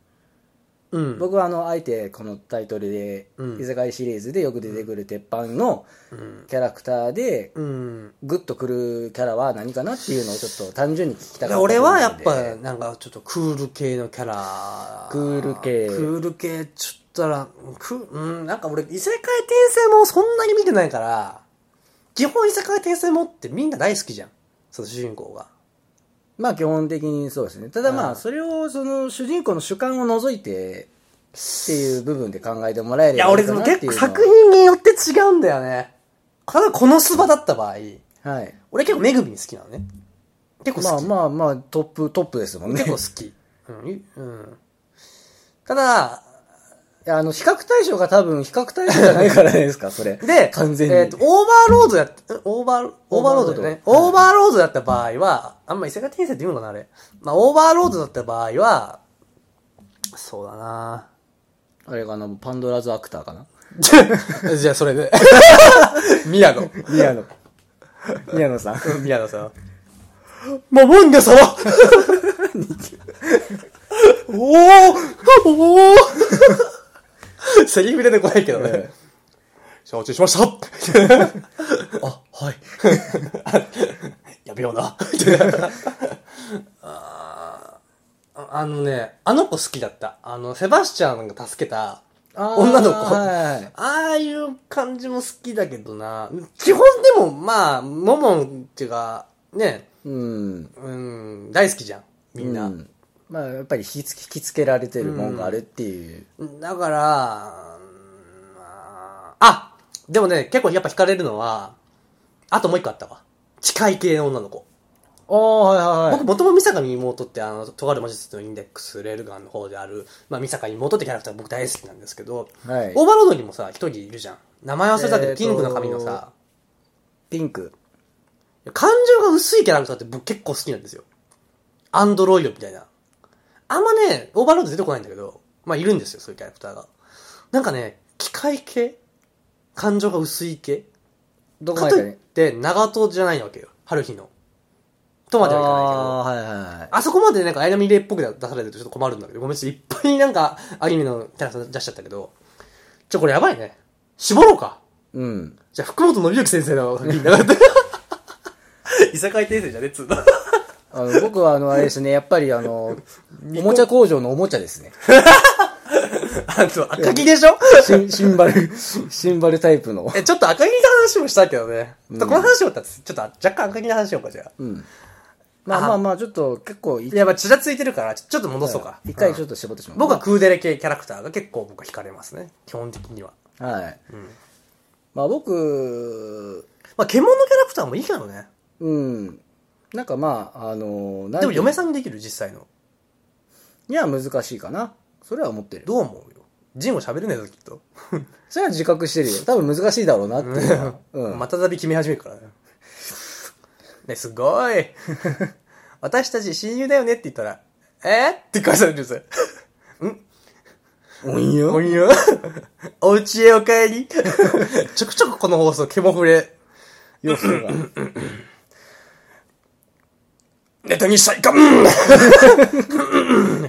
S1: うん。
S2: ー僕はあの、あえてこのタイトルで、
S1: うん
S2: 居酒屋シリーズでよく出てくる鉄板の
S1: うん。
S2: キャラクターで、
S1: うん。
S2: グッとくるキャラは何かなっていうのをちょっと単純に聞きたかった。
S1: 俺はやっぱ、なんかちょっとクール系のキャラ。
S2: クール系
S1: クール系、ちょっとな、く、うん、なんか俺、異世界転生もそんなに見てないから、基本異世界転生もってみんな大好きじゃん。その主人公が。
S2: まあ基本的にそうですね。ただま
S1: う
S2: あ、
S1: ん
S2: それをその主人公の主観を除いて、っていう部分で考えてもらえ
S1: い
S2: れ
S1: や、
S2: ばい
S1: 俺
S2: い
S1: で
S2: かな
S1: も
S2: っていう
S1: 結構
S2: のは
S1: 作品によって違うんだよね。例えばこのスバだった場合、
S2: はい。
S1: 俺結構めぐみ好きなのね。結構好き。
S2: まあまあまあ、トップ、トップですもんね。
S1: 結構好き。うん。うん。ただ、
S2: いやあの、比較対象が多分、比較対象じゃないからです か、それ。
S1: で、
S2: 完全に。
S1: えっ、と、オーバーロードやっ、オーバー、オーバーロードだよね。オーバーロードだった場合は、あんま異世界転生って言うのかな、あれ。まあ、オーバーロードだった場合は、そうだな
S2: あれかな、パンドラズアクターかな。
S1: じゃあ、それで。宮野。
S2: 宮 野。宮野さん。
S1: 宮野さん。まあ、モンガ様 おおおおセリフ出てこないけどね。承知しました あ、はい。 やべよな。ああのね、あの子好きだった。あの、セバスチャンが助けた女の子。
S2: はい。
S1: ああいう感じも好きだけどな。基本でも、まあ、モモンっていうか、ね、
S2: うん。
S1: うん、大好きじゃん。みんな。
S2: うんまあ、やっぱり引きつ引きつけられてるもんがあるっていう。
S1: だから、うんまああ、でもね、結構やっぱ惹かれるのは、あともう一個あったわ。近い系の女の子。
S2: ああ、はい
S1: 僕、もとも美坂に妹って、あの、とある魔術のインデックス、レールガンの方である、まあ、美坂に妹ってキャラクター僕大好きなんですけど、
S2: はい。はい。
S1: オーバーロードにもさ、一人いるじゃん。名前忘れたけ
S2: えー
S1: ど、
S2: と
S1: ピンクの髪のさ、
S2: ピンク。
S1: 感情が薄いキャラクターって僕結構好きなんですよ。アンドロイドみたいな。あんまね、オーバーロード出てこないんだけど、まあいるんですよ、そういうキャラクターが。なんかね、機械系感情が薄い系
S2: どこ
S1: か
S2: ま
S1: と
S2: で
S1: いって、長門じゃないわけよ。春日の。とまではいかないけど。
S2: ああー、はいはいはい。
S1: あそこまでなんかアイナミレイっぽく出されるとちょっと困るんだけど、ごめん、ちょっといっぱいなんかアニメのキャラクター出しちゃったけど、ちょ、これやばいね。絞ろうか。
S2: うん。
S1: じゃあ、福本伸之先生の作品だ から。異世界転生じゃねっつうの。
S2: あの僕は、あの、あれですね、やっぱり、あ の、おもちゃ工場のおもちゃですね。
S1: あと、赤木でしょ
S2: シンシンバル、シンバルタイプの。
S1: え、ちょっと赤木の話もしたけどね。この話をったら、ちょっと若干赤木の話しようか、じゃあ。
S2: うん。まあまあまあ、ちょっと結構い
S1: いや、まあ、ちらついてるから、ちょちょっと戻そうか。
S2: 一回
S1: うん
S2: ちょっと絞ってしまう。
S1: 僕はクーデレ系キャラクターが結構僕は惹かれますね。基本的には。
S2: はい。まあ僕、
S1: まあ、獣キャラクターもいいけどね。
S2: うん。なんかまあ、あの、なん
S1: でも嫁
S2: ん
S1: さんにできる、実際の。
S2: には難しいかな。それは思ってる。
S1: どう思うよ。ジンを喋れないぞ、きっと。
S2: それは自覚してるよ。多分難しいだろうなっていうのは。 うん。
S1: またたび決め始めるからね。ね、すごい。 私たち親友だよねって言ったら、えー、って返されるんですよ。
S2: おんよ。
S1: おんよ。お家へお帰り。ちょくちょくこの放送、毛も触れ。
S2: 要素が。
S1: ネタにしたいか、うん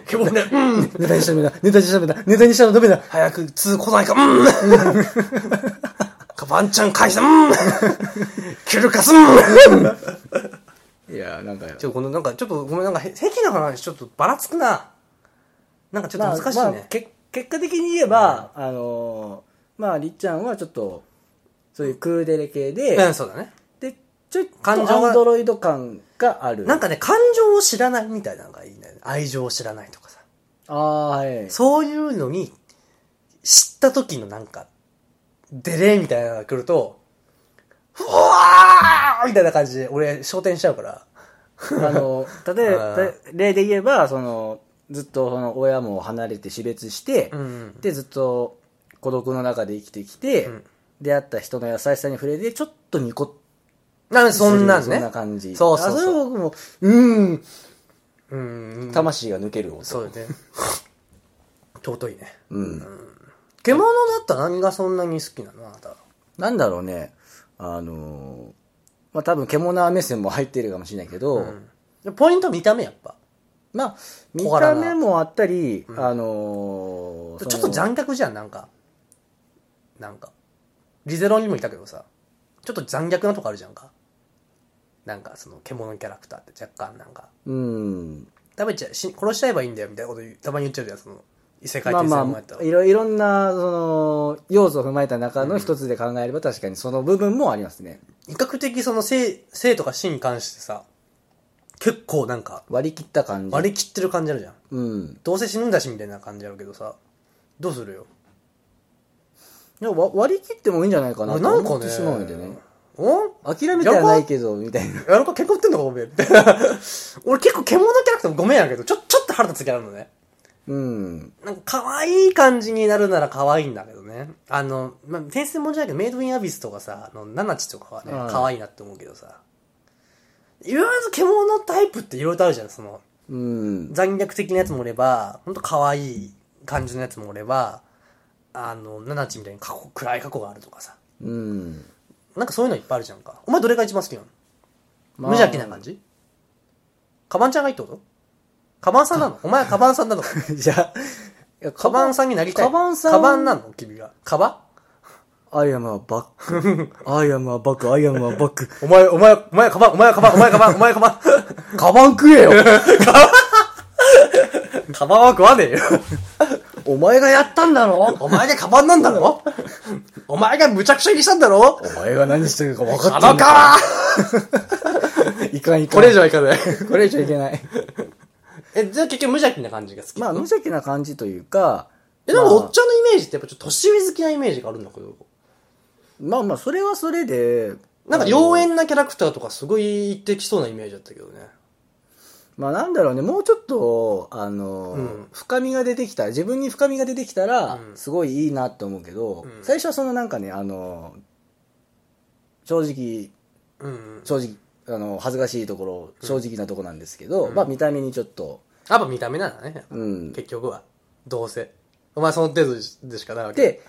S1: 毛も触れ、うん
S2: ネタにしちゃダメだ。ネタにしちゃダメだ。ネタにしちゃダメだ。
S1: 早く通来ないか、うんかばんちゃん返せ、うんキュルカス、うん
S2: いや、なんか。
S1: ちょ、このなんか、ちょっとごめん、なんか、へ癖の話ちょっとばらつくな。なんかちょっと難しいね。
S2: まあまあけ結果的に言えば、あのーまありっちゃんはちょっとそういうクーデレ系で、
S1: うん、そうだね。
S2: で、ちょっ
S1: 感情
S2: と
S1: が
S2: アンドロイド感がある。
S1: なんかね、感情を知らないみたいなのがいいんだよね。愛情を知らないとかさ。
S2: ああ、はい。
S1: そういうのに、知った時のなんか、デレーみたいなのが来ると、ふわーみたいな感じで、俺、昇天しちゃうから。
S2: あ の、例え
S1: あ
S2: ば
S1: ー、
S2: 例で言えば、その、ずっとその親も離れて死別して、
S1: ん。
S2: で、ずっと孤独の中で生きてきて、
S1: うん
S2: 出会った人の優しさに触れて、ちょっとニコッ
S1: なんで
S2: と
S1: そんなん
S2: す
S1: ね。
S2: るそんな感じ。
S1: そうそうそう
S2: あれは僕も、うーん、
S1: うん。
S2: 魂が抜ける音。
S1: そうよね。 尊いね。
S2: うん。
S1: 獣だったら何がそんなに好きなのあなた。
S2: なんだろうね、あのー、まあ、多分、獣目線も入っているかもしれないけど、
S1: うん。ポイント見た目やっぱ。
S2: まあ、見
S1: 小柄
S2: た
S1: な
S2: 目もあったり、あのー、
S1: ちょっと
S2: ん
S1: 残虐じゃん、なんか。なんか。リゼロにもいたけどさ。ちょっと残虐なとこあるじゃんか。なんか、その、獣のキャラクターって若干なんか、
S2: うん。
S1: 食べちゃ、し殺しちゃえばいいんだよ、みたいなこと言うたまに言っちゃうじゃん、その、異世界
S2: まあ
S1: 転生
S2: ま
S1: もやったら
S2: あ、いろいろんな、その、要素を踏まえた中の一つで考えれば確かにその部分もありますね。
S1: 比較的その性、性とか死に関してさ、結構なんか、
S2: 割り切った感じ。
S1: 割り切ってる感じあるじゃん。
S2: うん。
S1: どうせ死ぬんだし、みたいな感じあるけどさ、どうするよ。
S2: でもわ割り切ってもいいんじゃないかな
S1: 俺
S2: と
S1: なんか
S2: 思っ
S1: ね
S2: てしまうんでね。
S1: お
S2: 諦めてはないけど、みたいな。
S1: やるか結構売ってんのか、ごめん。みたいな 俺結構獣キャラクターごめんやけど、ちょ、ちょっと腹立つ気あるのね。
S2: うん。
S1: なんか可愛い感じになるなら可愛いんだけどね。あの、まあ、転生もんじゃないけど、メイドインアビスとかさ、あの、ナナチとかはね、
S2: うん
S1: 可愛いなって思うけどさ。いろいろと獣タイプっていろいろとあるじゃん、その、
S2: うん。
S1: 残虐的なやつもおれば、ほんと可愛い感じのやつもおれば、あの、ナナチみたいに過去、暗い過去があるとかさ。
S2: うん。
S1: なんかそういうのいっぱいあるじゃんか。お前どれが一番好きなの
S2: まあ
S1: 無邪気な感じカバンちゃんがいいってことカバンさんなのお前はカバンさんなの
S2: じゃあ、
S1: カバンさんになりたい。
S2: カバンさん。
S1: カバンなの君が。カバ
S2: アイアムは バック。アイアムはバック、アイアムはバック。
S1: お前、お前、お前カバン、お前カバン、お前カバン、お 前カバン。
S2: カバン食えよ
S1: カバンは食わねえよ。
S2: お前がやったんだろ
S1: お前がカバンなんだろ お前がむちゃくちゃにしたんだろ
S2: お前が何してるか分か
S1: あ
S2: って
S1: の
S2: ん
S1: カ
S2: だ
S1: バン
S2: いかんいか
S1: こ
S2: ん。
S1: れ以上 はいかない。
S2: これ以上いけない。
S1: え、じゃあ結局無邪気な感じが好き。
S2: まあ、無邪気な感じというか、
S1: え、でもお
S2: ま
S1: っ
S2: あ
S1: ちゃんのイメージってやっぱちょっと年上好きなイメージがあるんだけど。
S2: まあまあ、それはそれで、
S1: なんか
S2: あの
S1: 妖艶なキャラクターとかすごい言ってきそうなイメージだったけどね。
S2: まあなんだろうね、もうちょっと、あの、
S1: うん
S2: 深みが出てきた、自分に深みが出てきたら、
S1: うん
S2: すごいいいなと思うけど、
S1: うん
S2: 最初はそのなんかね、あの、正直、
S1: うん。
S2: 正直、あの、恥ずかしいところ、正直なとこなんですけど、
S1: うん
S2: まあ見た目にちょっと、
S1: やっぱ見た目なんだね。やっぱ
S2: うん、
S1: 結局は。どうせ。お前その程度でしかないわ
S2: っ
S1: け。、
S2: て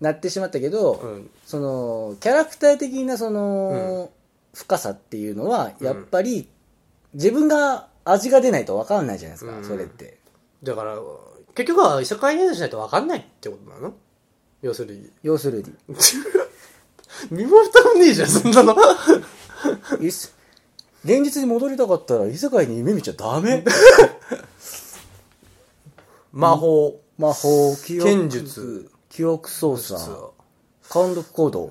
S2: なってしまったけど、
S1: うん。
S2: そのキャラクター的なその、深さっていうのはやっぱり自分が味が出ないと分かんないじゃないですか、
S1: うん
S2: それって
S1: だから、結局は異世界転生しないと分かんないってことなの要するに。
S2: 要するに
S1: 身も蓋もねえじゃん、そんな の。
S2: いっす現実に戻りたかったら異世界に夢見ちゃダメ
S1: 魔法、
S2: 魔法記憶
S1: 剣術
S2: 記憶操
S1: 実
S2: 作
S1: は。
S2: 単独行動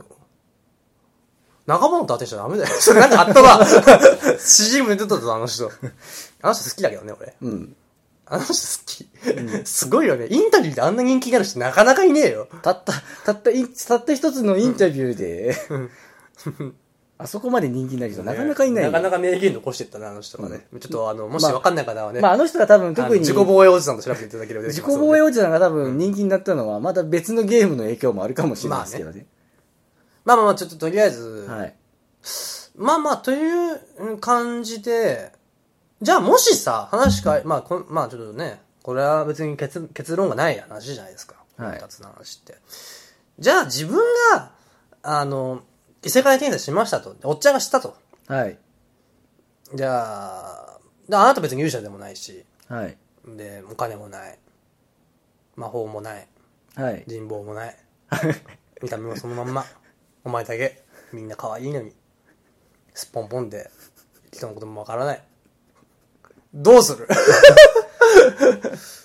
S1: 仲間の当てちゃダメだよ。それなんかあったわ。CM 出てたぞ、あの人。あの人好きだけどね、俺。
S2: うん
S1: あの人好き。すごいよね。インタビューであんな人気になる人なかなかいねえよ。
S2: たったたったいたった一つのインタビューで、あそこまで人気になる人なかなかいないよ、
S1: なかなか名言残してったな、あの人がね。ちょっとあの、もし分かんない方はね。
S2: まああの人が多分
S1: あの
S2: 特に
S1: 自己防衛おじさんと調べていただければ出て
S2: 自
S1: き
S2: 己
S1: ますので
S2: 防衛おじさんが多分人気になったのは、また別のゲームの影響もあるかもしれないですけどね。
S1: まあまあまあ、ちょっととりあえず、
S2: はい。
S1: まあまあ、といううん感じで、じゃあもしさ、話かえ、まあこん、まあちょっとね、これは別に結結論がない話じゃないですか。
S2: はい
S1: 二つの話って。じゃあ自分が、あの、異世界転生しましたと。おっちゃんがしたと。
S2: はい。
S1: じゃあ、であなた別に勇者でもないし、
S2: はい。
S1: で、お金もない。魔法もない。
S2: はい。
S1: 人望もない。見た目もそのまんま。お前だけ。みんな可愛いのに。すっぽんぽんで、人のこともわからない。どうす る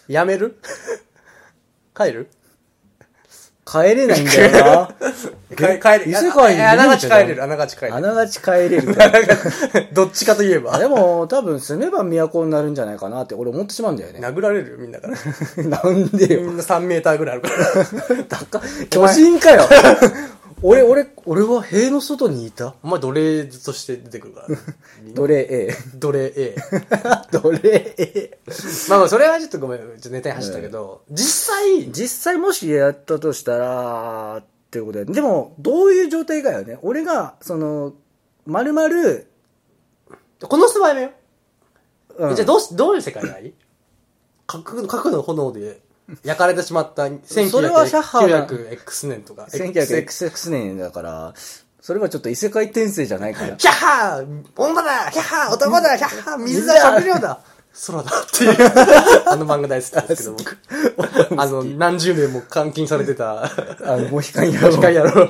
S1: やめる帰る
S2: 帰れないんだよ
S1: か帰れ、
S2: 異世界に
S1: ああながち
S2: 出れるんじ
S1: 帰れる、あ
S2: ゃない
S1: ながち帰
S2: な。
S1: れ
S2: あ
S1: る。
S2: ながち帰れ る。
S1: どっちかといえば。
S2: でも、多分住めば都になるんじゃないかなって俺思ってしまうん だよね。
S1: 殴られるよみんなから。
S2: なんで
S1: み
S2: よ。
S1: んな3メーターぐらいある から。
S2: 高っ巨人 かよ。俺、俺、俺は塀の外にいた
S1: お前奴隷として出てくるからね。
S2: 奴隷 A。
S1: 奴隷 A。
S2: 奴隷 A。
S1: まあまあ、それはちょっとごめん、ちょっとネタに走ったけど、実際、
S2: 実際もしやったとしたら、っていうことで。でも、どういう状態かよね。俺が、その、まるまる、
S1: この人はやめよ
S2: うん
S1: じゃあどうし、どういう世界がいい 核核の炎で焼かれてしまった
S2: それはシャッハーが
S1: 1900X 年とか。
S2: 1900年だから、それはちょっと異世界転生じゃないから。
S1: キャッハー女だキャッハー男だキャッハー水だ食料 だ空だっていう、あの漫画大好きですけど、僕。あの、何十年も監禁されてた、
S2: あの、モ ヒカンやろう
S1: 機械やろ。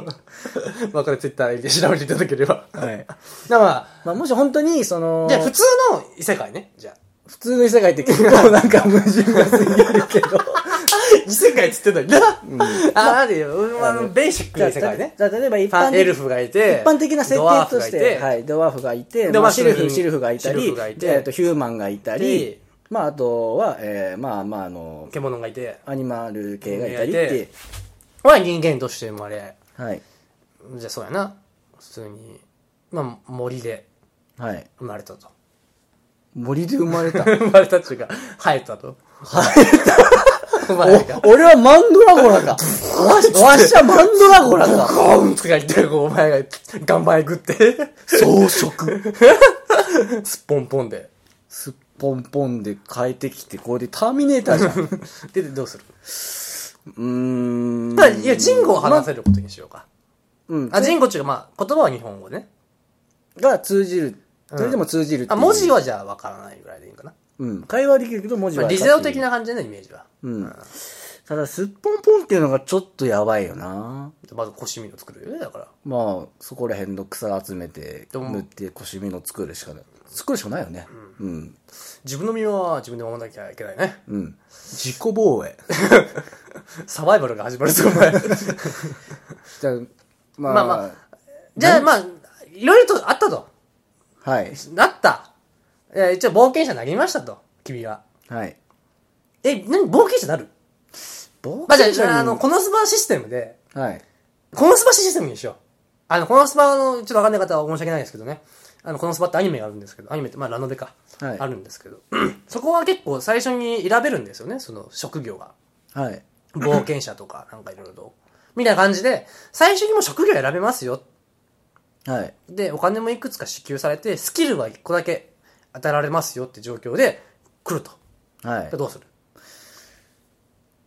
S1: まあ、これツイッターで調べていただければ。だか
S2: はい。
S1: ら ま
S2: まあ、もし本当に、その
S1: あ、じゃあ普通の異世界ね、じゃあ。
S2: 普通の異世界って結構なんか矛盾が過ぎるけど。
S1: 異世界っつってんだにな。 あ、なんでよ。うんあの、ベーシックな異世界ね。
S2: じゃあ例えば一
S1: ファ
S2: 般
S1: ン
S2: 的
S1: エルフがいて、
S2: 一般的な設
S1: ドワー
S2: 定
S1: フ
S2: と
S1: が
S2: し
S1: い
S2: て、
S1: い。
S2: はい、ドワーフがいて、
S1: で
S2: ま
S1: ま
S2: あ、
S1: あ
S2: シルフ、
S1: シ
S2: シ
S1: ル
S2: ル
S1: フ
S2: フがいた
S1: シル
S2: り
S1: フがい、て
S2: えっと、ヒューマンがいたり
S1: で、
S2: まあ、あとは、えーまあまあ、あの、
S1: 獣がいて、
S2: アニマル系がいたりっていう、
S1: まあ人間として生まれ、
S2: はい。
S1: じゃあそうやな。普通に、まあ森で
S2: はい。
S1: 生まれたと。
S2: 森で生まれた。
S1: 生まれたっていうか、生えたと。生えた生まれた。
S2: お俺はマンドラゴラか。 わし、わしはマンドラゴラか。
S1: ゴーンとか言って、こう、お前が、頑張り食 って、
S2: 装飾。
S1: すっぽんぽんで。
S2: すっぽんぽんで変えてきて、これでターミネーターじゃん。う
S1: で、どうする
S2: ーん。
S1: まあいや、ジンゴを話せることにしようか。
S2: うん。
S1: あ、ジンゴっていうか、まあ、言葉は日本語ね。
S2: が通じる。それでも通じるってい
S1: あ、
S2: う
S1: 文字はじゃあ分からないぐらいでいいかな。
S2: うん。会話できるけど文字
S1: ま
S2: は。
S1: あ、リゼロ的。な感じのイメージは。
S2: うん。ただ、すっぽんぽんっていうのがちょっとやばいよな。
S1: まず腰身を作るよね、だから。
S2: まあ、そこら辺の草集めて、
S1: どうも
S2: 塗って、腰身の作るしかない。作るしかないよね。うん。
S1: 自分の身は自分で守らなきゃいけないね。
S2: うん。自己防衛。
S1: サバイバルが始まるぞ、お 前。
S2: じゃあ、まあ、
S1: まあまじゃあ、まあ、いろいろとあったと。
S2: はい。
S1: なった。えー一応冒険者になりましたと。君が。
S2: はい。
S1: え、何冒険者になる
S2: 冒
S1: まあ、
S2: 険
S1: じ
S2: 者に
S1: ゃあ、あの、このスパシステムで、
S2: はい。
S1: このスパシステムにしよう。あの、このスパの、ちょっとわかんない方は申し訳ないですけどね。あの、このスパってアニメがあるんですけど、アニメって、まあ、ラノベか。
S2: はい
S1: あるんですけど。 そこは結構最初に選べるんですよね、その職業が。
S2: はい。
S1: 冒険者と か、なんかいろいろと。みたいな感じで、最初にもう職業選べますよ。
S2: はい。
S1: で、お金もいくつか支給されて、スキルは1個だけ与えられますよって状況で来ると。
S2: はい。
S1: どうする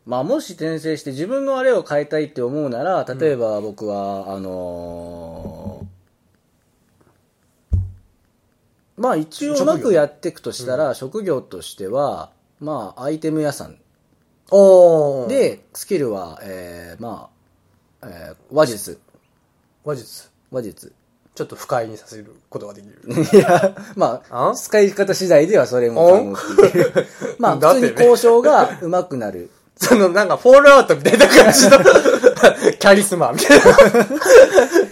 S2: まあ、もし転生して自分のあれを変えたいって思うなら、例えば僕は、あのーまあ一応うまくやっていくとしたら、職業としては、まあアイテム屋さん。
S1: おで、
S2: で、スキルは、えー、まあ、えー、話術。
S1: 話術。
S2: 話術。
S1: ちょっと不快にさせることができる。
S2: いや、まあ、
S1: あ
S2: 使い方次第ではそれも可能って いう。まあ、
S1: だっ
S2: 普
S1: て
S2: 通
S1: ね
S2: に交渉がうまくなる。
S1: その、なんか、フォールアウトみたいな感じの、 キャリスマみたいな。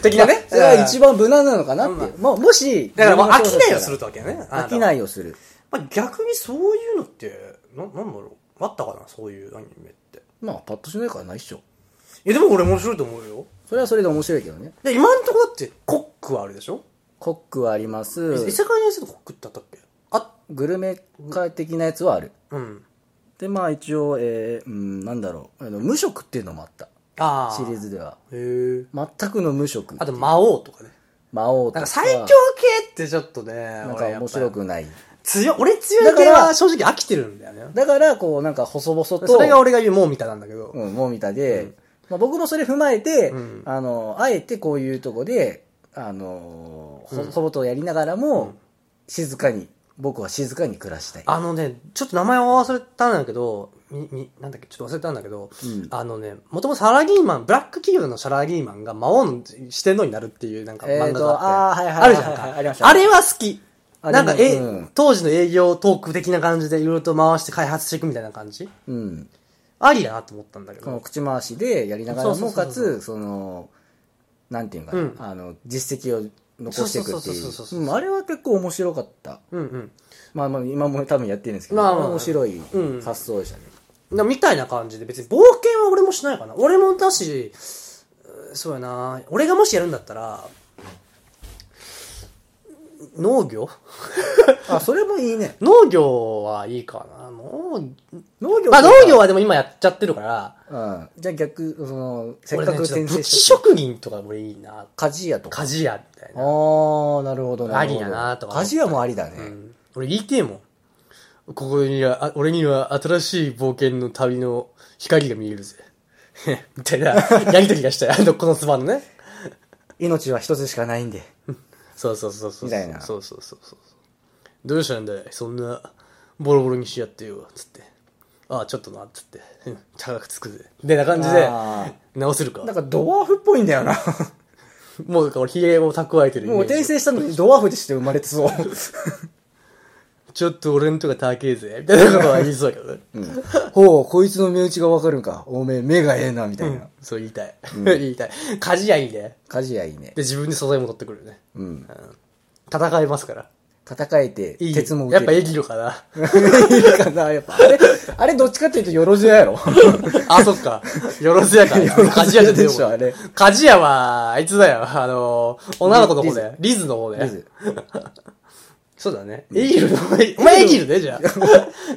S1: 的なね。
S2: それは一番無難なのかなっていう。まあ、もし、
S1: だからもう飽きないを
S2: よ
S1: するってわけよね。。
S2: 飽きないいをする。
S1: まあ、逆にそういうのって、な、なんだろう。あったかなそういうアニメって。
S2: まあ、パッとしないからないっしょ。
S1: え、でも俺面白いと思うよ。
S2: それはそれで面白いけどね。
S1: で、今のところだって、コックはあるでしょ、
S2: コックはあります。
S1: 異世界にするとコックってあったっけあ、
S2: グルメ化的なやつはある。
S1: うん。
S2: で、まあ一応、えー、うん、なんだろう。あの、無職っていうのもあった。
S1: ああ。
S2: シリーズでは。
S1: へえ。
S2: 全くの無職。
S1: あと、魔王とかね。
S2: 魔王と
S1: な
S2: か。
S1: んか最強系ってちょっとね、
S2: なんか
S1: 俺やっぱ
S2: 面白くない。
S1: 強い、俺強い系
S2: だか
S1: は
S2: ら
S1: 正直飽きてるんだよね。
S2: だから、こう、なんか細々と、
S1: それが俺が言うもうみたいなんだけど。
S2: うん、もう見たで、まあ、僕もそれ踏まえて、
S1: ん
S2: あの、あえてこういうとこで、あの、ほほぼとやりながらも、静かに、僕は静かに暮らしたい。
S1: あのね、ちょっと名前を忘れたんだけど、み、み、なんだっけ、ちょっと忘れたんだけど、
S2: うん
S1: あのね、もともとサラリーマン、ブラック企業のサラリーマンが魔王の四天王になるっていうなんか
S2: え
S1: 漫
S2: ー
S1: 画
S2: と
S1: があって、
S2: あーはいはい
S1: あるじゃん
S2: はい
S1: か。
S2: はいありました
S1: あれは好き。
S2: あ
S1: なんか、
S2: でも
S1: え、
S2: うん
S1: 当時の営業トーク的な感じでいろいろと回して開発していくみたいな感じ
S2: うん。
S1: ありだなと思ったんだけ
S2: この
S1: ど。
S2: 口回しでやりながら
S1: そう
S2: も
S1: そう
S2: か
S1: そうそう
S2: つそのなんていうのかな、
S1: うん
S2: あの実績を残していくってい
S1: そうそうそうそうそうそう
S2: ううんあれは結構面白かった
S1: うんうん。
S2: まあまあ今も多分やってるんですけど、
S1: まあまあ
S2: 面白い
S1: うん
S2: 発想でしたね、
S1: なみたいな感じで別に冒険は俺もしないかな俺もだしうーそうやな俺がもしやるんだったら農業
S2: あそれもいいね
S1: 農業はいいかな農
S2: 農業
S1: まあ農業
S2: は、
S1: はでも今やっちゃってるから
S2: うん、じゃあ逆そのせっ
S1: 俺
S2: か
S1: ね
S2: く
S1: ちょっと
S2: 転生
S1: 武器
S2: して
S1: 職人とか俺いいな
S2: 鍛冶屋とか
S1: 鍛冶屋みたい
S2: あ
S1: な、
S2: あなるほどなるほど
S1: ありだなとか思った
S2: 鍛冶屋もありだね、
S1: うん、俺言いてえもんここにはあ俺には新しい冒険の旅の光が見えるぜ みたいなやりとりがしたいあのこのスパンのね
S2: 命は一つしかないんで
S1: そうそうそうそう。
S2: みたいな
S1: そうそうそうそう。どうしたんだいそんな、ボロボロにしやってよ、つって。ああ、ちょっとな、つって。うん高くつくぜ。みたいな感じで
S2: あ、
S1: 直せるか
S2: なん。かドワーフっぽいんだよな
S1: もう、だから俺、ヒゲを蓄えてるイメ
S2: もう
S1: ージ
S2: 転生したのにドワーフとして生まれてそう
S1: ちょっと俺んとが高えぜ、みたいなことは言いそうだけどね。
S2: ほう、こいつの身内がわかるんか。おめえ、目がええな、みたいな。
S1: そう言いたい。 言いたい。鍛冶屋いいね。
S2: 鍛冶屋いいね
S1: で、。自分で素材も取ってくるよね。
S2: うん。
S1: 戦えますから。
S2: 戦えて、
S1: いい。
S2: 鉄も
S1: や
S2: 打
S1: ってぱ
S2: る。
S1: エギロかな。
S2: いいかな、やっぱ。あれ、あれどっちかっていうと、よろずややろ。
S1: あ、そっか。 よろずやから。
S2: よろずや
S1: 鍛冶屋じゃねえ
S2: でしょ
S1: もん
S2: あれ
S1: 鍛冶屋は、あいつだよ。あの、女の子の方で。リズの方
S2: リ
S1: で
S2: ズ。
S1: そうだね。エギルの、お 前エギルね、 じゃあ。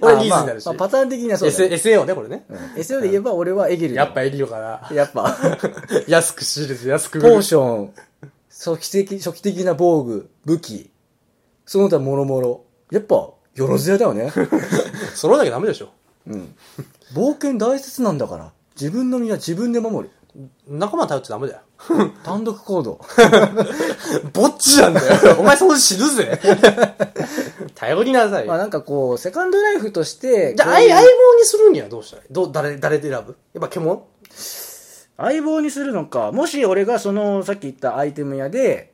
S1: 俺リズになるし
S2: まあ。まあパターン的にはそうだ
S1: S-
S2: ね。
S1: SAO ね、これね。
S2: SO で言えば、俺はエギルだ
S1: やっぱエギルかな。
S2: やっぱ、
S1: 安く仕入れて、安く売
S2: ポー
S1: る。
S2: ション、初期的、初期的な防具、武器、その他もろもろ。やっぱ、よろずやだ よね。
S1: 揃わなきゃダメでしょ。
S2: うん。冒険大切なんだから、自分の身は自分で守る。
S1: 仲間頼っちゃダメだ よ。
S2: 単独行動。
S1: ぼっちなんだよ。お前そのうち死ぬぜ。 頼りなさい
S2: まあ
S1: よ。
S2: なんかこう、セカンドライフとして、
S1: じゃあ、
S2: こう
S1: 相
S2: いう
S1: 相棒にするにはどうしたらいいどう、誰、誰で選ぶやっぱ獣
S2: 相棒にするのか、もし俺がその、さっき言ったアイテム屋で、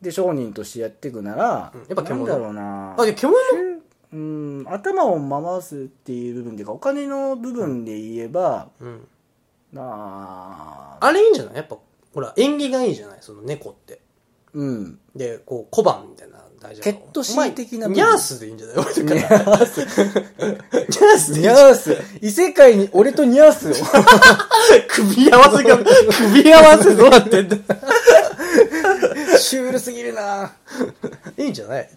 S2: で、商人としてやっていくなら、
S1: んやっぱ
S2: なん
S1: 獣
S2: だろうな
S1: あ、いや獣も
S2: うん、頭を回すっていう部分でか、お金の部分で言えば、
S1: うん。
S2: なあ、
S1: あれいいんじゃないやっぱ、ほら、縁起がいいじゃないその猫って。
S2: うん。
S1: で、こう、小判みたいな、大事なの
S2: 血統親的な
S1: お前ニャースでいいんじゃない俺
S2: ニ
S1: だから。
S2: ャ ース、
S1: ニャースでいい
S2: ニ
S1: じゃ
S2: ャ
S1: ない
S2: ース、異世界に俺とニャースを、
S1: 組み合わせが、 組み合わせどうなって んだ
S2: シュールすぎるない
S1: いんじゃない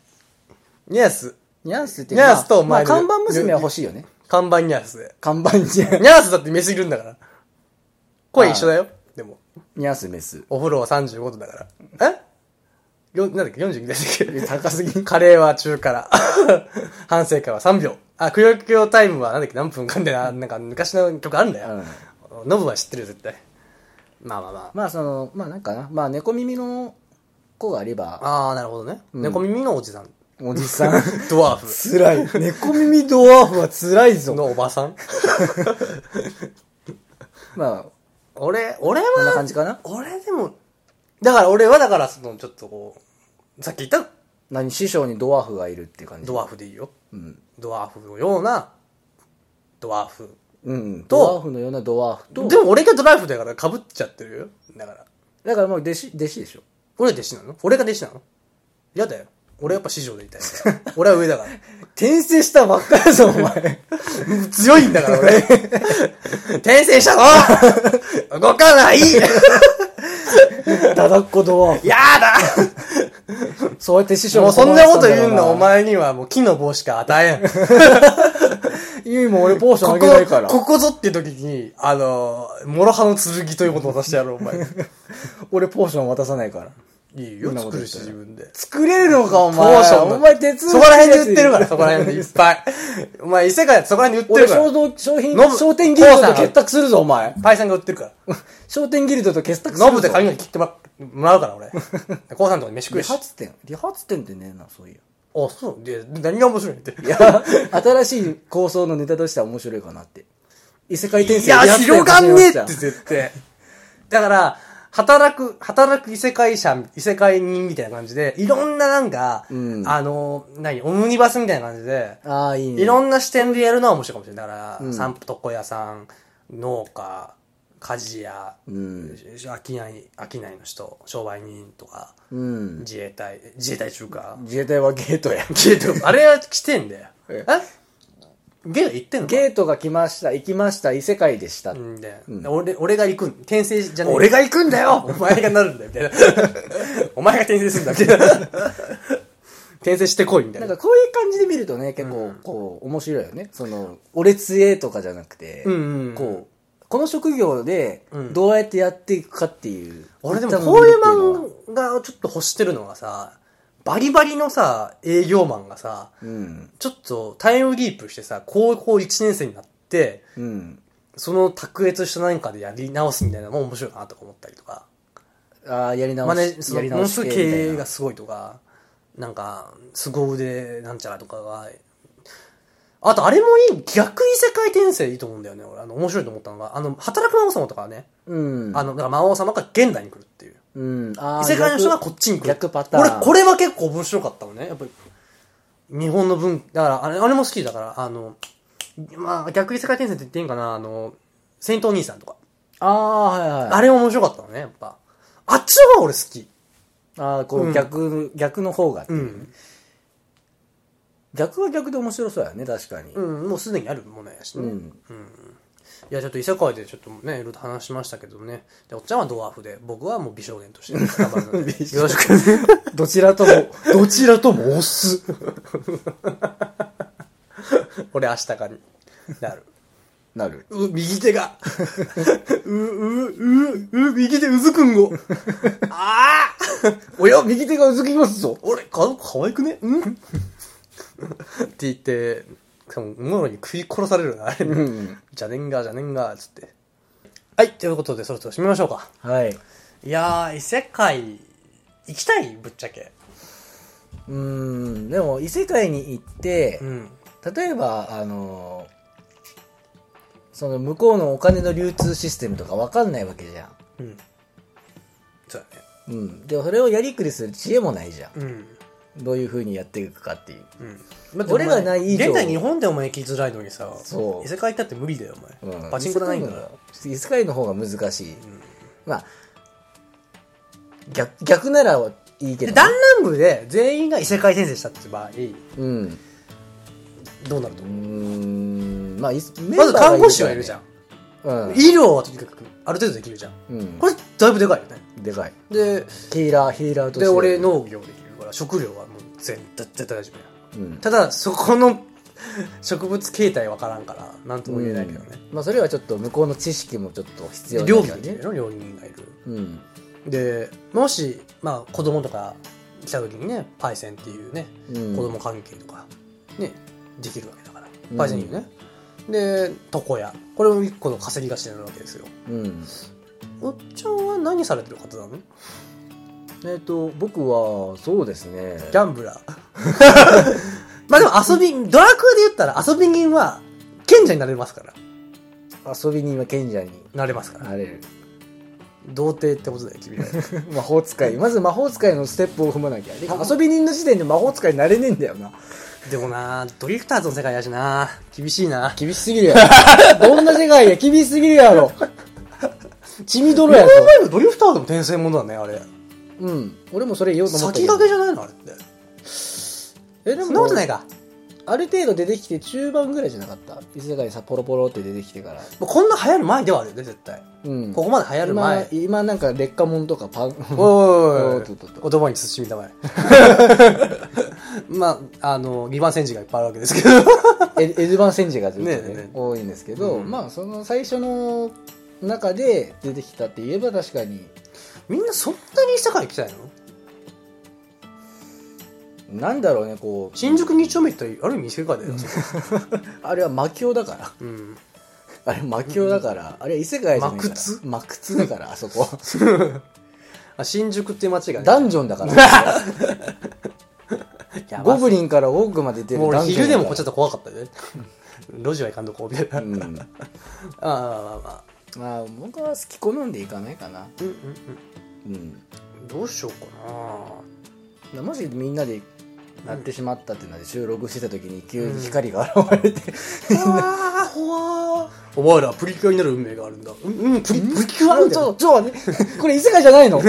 S1: ニャース。
S2: ニャースって、
S1: ニャースとお
S2: まあ、
S1: 前
S2: まあ看板娘は欲しいよね。
S1: 看板ニャースで。
S2: 看板娘。
S1: ニャースだってメスいるんだから。声一緒だよ。でも、
S2: ニャースメス。
S1: お風呂は35度だから。えよなんだっけ ?42 だっ
S2: 高すぎ
S1: けカレーは中から。 反省会は3秒。あ、くよくよタイムはなんだっけ何分かんでな。なんか昔の曲あるんだよ。
S2: うん
S1: ノブは知ってるよ絶対まあまあま
S2: まあそのまあなんかなまあ猫耳の子があれば
S1: あああなるほどね、
S2: ん
S1: 猫耳のおじさん
S2: おじさん
S1: ドワーフ
S2: つらい 猫耳ドワーフはつらいぞ
S1: のおばさん
S2: まあ
S1: 俺俺
S2: こんな
S1: は
S2: 感じかな
S1: 俺でもだから俺はだからそのちょっとこうさっき言った
S2: 何師匠にドワーフがいるっていう感じ
S1: ドワーフでいいよ
S2: うん、
S1: ドワーフのようなドワーフ
S2: うん、
S1: と
S2: ドワーフのようなドワーフと
S1: でも俺がドライフだからかぶっちゃってるよだから
S2: だからもう弟子弟子でしょ
S1: 俺弟子なの俺が弟子なの嫌だよ俺やっぱ師匠でいたい俺は上だから
S2: 転生したばっかりだぞお前
S1: 強いんだから俺。転生したの動かない
S2: だだっこドワーフ
S1: やだ
S2: そうやって師匠
S1: もうそんなこと言うのお
S2: お前
S1: 前にはもう木の棒しか与えん。
S2: ゆいも俺ポーションあ
S1: こ
S2: げないか
S1: こ、
S2: ら
S1: ここぞっていう時に、あの、諸刃の剣ということを渡してやろう、お前。
S2: 俺ポーション渡さないから
S1: いいよ、
S2: そんなこと
S1: 作
S2: 言
S1: る
S2: った
S1: し
S2: ら
S1: 自分で。
S2: 作れるのかお
S1: ポーションだ
S2: お前鉄
S1: そこら辺で売ってるから、そこら辺でいっぱい。お前、異世界だってそこら辺で売っ
S2: 俺
S1: てるから。
S2: 商道商品
S1: ノブ
S2: 商店ギルドと結託するぞお前
S1: パイセンが売ってるから。
S2: 商店ギルドと結託する
S1: ノブで髪の毛切ってもらうから、俺。コウさんとかに飯食
S2: 理
S1: うし
S2: 髪。店理髪店ってねえなそういう
S1: あ、そう。で、何が面白いって。
S2: いや新しい構想のネタとしては面白いかなって異世界転
S1: い
S2: 生
S1: や、広がんねえっ
S2: や
S1: て絶対。だから、働く、働く異世界者、異世界人みたいな感じで、いろんななんか、
S2: うん
S1: あの、何、オムニバスみたいな感じで、
S2: ああいいね
S1: いろんな視点でやるのは面白いかもしれない。だから、
S2: うん
S1: 散歩床屋さん、農家、鍛冶屋、
S2: うん。
S1: 商い、商いの人、商売人とか、
S2: うん。
S1: 自衛隊、自衛隊中か。
S2: 自衛隊はゲートや。
S1: ゲー ト、あれは来てんだよ。え
S2: え
S1: ゲート行ってんの
S2: ゲ
S1: ー
S2: ートが来ました、行きました、異世界でした。
S1: で、
S2: うん
S1: 俺、俺が行くん。転生じゃねえ。
S2: 俺が行くんだよ
S1: お前がなるんだよ、みたい な。お前が転生するんだ、みたいな。転生してこい、みたい
S2: なん
S1: な。
S2: かこういう感じで見るとね、結構、こう、面白いよね。その、俺強えとかじゃなくて、
S1: うんうんうん
S2: こう、この職業で
S1: うん、
S2: どうやってやっていくかっていう。
S1: 俺でもこういう
S2: 画。
S1: 漫画をちょっと欲してるのがさ、バリバリのさ、営業マンがさ、
S2: うん。
S1: ちょっとタイムリープしてさ、高校1年生になって、
S2: うん。
S1: その卓越した何かでやり直すみたいなのも面白いなとか思ったりとか。
S2: ああ、やり
S1: ま
S2: 直
S1: あね、
S2: し、
S1: そ
S2: や
S1: の
S2: り
S1: もの
S2: 直
S1: す
S2: し
S1: ご
S2: 系
S1: い経
S2: みたいな。
S1: 営がすごいとか、なんか、凄腕なんちゃらとかが、あとあれもいい、逆異世界転生いいと思うんだよね、俺。あの、面白いと思ったのが、あの、働く魔王様とかはね、
S2: うん。
S1: あの、だから魔王様が現代に来るっていう。
S2: うん。あー
S1: 異世界の人がこっちに来る。
S2: 逆逆パターン
S1: 俺、これは結構面白かったのね。やっぱり、日本の文、だから、あれあれも好きだから、あの、まあ、逆異世界転生って言っていいんかな、あの、戦闘兄さんとか。
S2: ああ、はいはい。
S1: あれも面白かったのね、やっぱ。あっちの方が俺好き。
S2: ああ、こう逆、逆の方が、
S1: うん。
S2: 逆は逆で面白そうやね、確かに。
S1: うん、もうすでにあるものやし
S2: う
S1: ね。
S2: ん。
S1: いや、ちょっと異世界でちょっとね、いろいろと話しましたけどね。でおっちゃんはドワーフで、僕はも う美少年として頑張るので。よろしく、ね。
S2: どちらとも、どちらとも押す。
S1: 俺、明日かになる。
S2: なる。
S1: う、右手が。う、う、う、う、右手うずくんご。ああ
S2: おや、右手がうずきますぞ。
S1: 俺、か、かわいくねうんって言って、多分、もろに食い殺されるな、あれ。
S2: うん。
S1: じゃねんが、じゃねんが、つって。はい、ということで、そろそろ締めましょうか。
S2: はい。
S1: いやー、異世界、行きたいぶっちゃけ。
S2: うーん、でも異世界に行って
S1: う、ん。
S2: 例えば、あのーその向こうのお金の流通システムとかわかんないわけじゃ
S1: う
S2: ん。
S1: ん。そうだね。
S2: うん。で、それをやりくりする知恵もないじゃん。
S1: うん。
S2: どういう風にやっていくかっていう。
S1: うん。
S2: 俺らない以上
S1: 現在日本でお前行きづらいのにさ、
S2: そう
S1: 異世界行ったって無理だよ、お前。
S2: うん
S1: パチンコじゃないんだから。
S2: 異世界の方が難しい、まあ逆逆ならいいけ
S1: で、
S2: ど、
S1: 弾丸部で全員が異世界転生したって場合、
S2: うんう
S1: どうなると
S2: ー
S1: 思
S2: んまあいメ
S1: うまず看護師はいるじゃ
S2: ん
S1: ん。
S2: うん、
S1: 医療はとにかく、ある程度できるじゃん。
S2: うん
S1: これ、だいぶでかいよね。
S2: でかい
S1: で、
S2: ヒーラーヒーラーとして
S1: で、俺、農業できるから、食料はもう全絶対大丈夫や。
S2: うん、
S1: ただ、そこの植物形態わからんから、なんとも言えないけどね。
S2: うんまあそれはちょっと向こうの知識もちょっと必要
S1: で
S2: だ
S1: 料理
S2: か
S1: が
S2: ら
S1: いる
S2: ね
S1: の料理人がいる。
S2: うん
S1: でもし、まあ、子供とか来た時にねパイセンっていうね、
S2: うん
S1: 子供関係とかねできるわけだから
S2: うん
S1: パイセンいいよね、で床屋これも一個の稼ぎ頭になるわけですよ
S2: うん
S1: おっちゃんは何されてる方なの
S2: えっ、と僕はそうですね
S1: ギャンブラー まあでも遊びドラクエで言ったら遊び人は賢者になれますから
S2: 遊び人は賢者に
S1: なれますから
S2: なれる
S1: 童貞ってことだよ君は
S2: 魔法使いまず魔法使いのステップを踏まなきゃで遊び人の時点で魔法使いになれねえんだよな
S1: でもなドリフターズの世界だしな厳しいな
S2: 厳しすぎるやろ。 どんな世界や、厳しすぎるやろ。血みどろやぞ。
S1: のドリフターズも転生ものだねあれ
S2: うん。俺もそれ言おうと思った
S1: 先駆けじゃないのあれって
S2: え、で
S1: そんな
S2: も
S1: こと、ないか。
S2: ある程度出てきて中盤ぐらいじゃなかった。異世界にさ、ポロポロって出てきてから。
S1: もうこんな流行る前ではあるよね、絶対。
S2: うん。
S1: ここまで流行る前。
S2: 今、今なんか劣化もんとかパン、
S1: お
S2: お
S1: い
S2: ーっとっとっと
S1: 言葉に慎みたま え。まあ、あの、二番戦時がいっぱいあるわけですけど。
S2: エエルバン戦時がずっと
S1: ねえねえねえ、
S2: ね多いんですけど、
S1: うん
S2: まあ、その最初の中で出てきたって言えば確かに、
S1: みんなそんなに異世界行きたいの
S2: なんだろうね、こう、
S1: 新宿二丁目行ったら、ある意味異世界だよ。
S2: あれは魔境だから。
S1: うん。
S2: あれ魔境だから。あれは異世界じゃないから。
S1: 魔窟
S2: 魔窟だから、あそこ。
S1: あ新宿っていう街がね。
S2: ダンジョンだから。
S1: やば
S2: ゴブリンからウォークまで出
S1: もう
S2: る
S1: 俺
S2: ダンジョン
S1: 昼でもこっちだ
S2: だか
S1: と怖かった よね。路地はいかんとこ、みたいな。あ
S2: らう
S1: あまあ
S2: ん。
S1: まあまあ。
S2: まあ、僕は好き好んでいかないかな。
S1: うんうん
S2: うん。
S1: うん。どうしようかな
S2: もしみんなでなってしまったっていうので収録してた時に急に光が現れて、
S1: ああ、ほわーお前らプリキュアになる運命があるんだ。うん、うん、プリプリキュア
S2: う
S1: なん
S2: ん
S1: だ
S2: そ
S1: よ。
S2: うそうねこれ異世界じゃないの、
S1: シ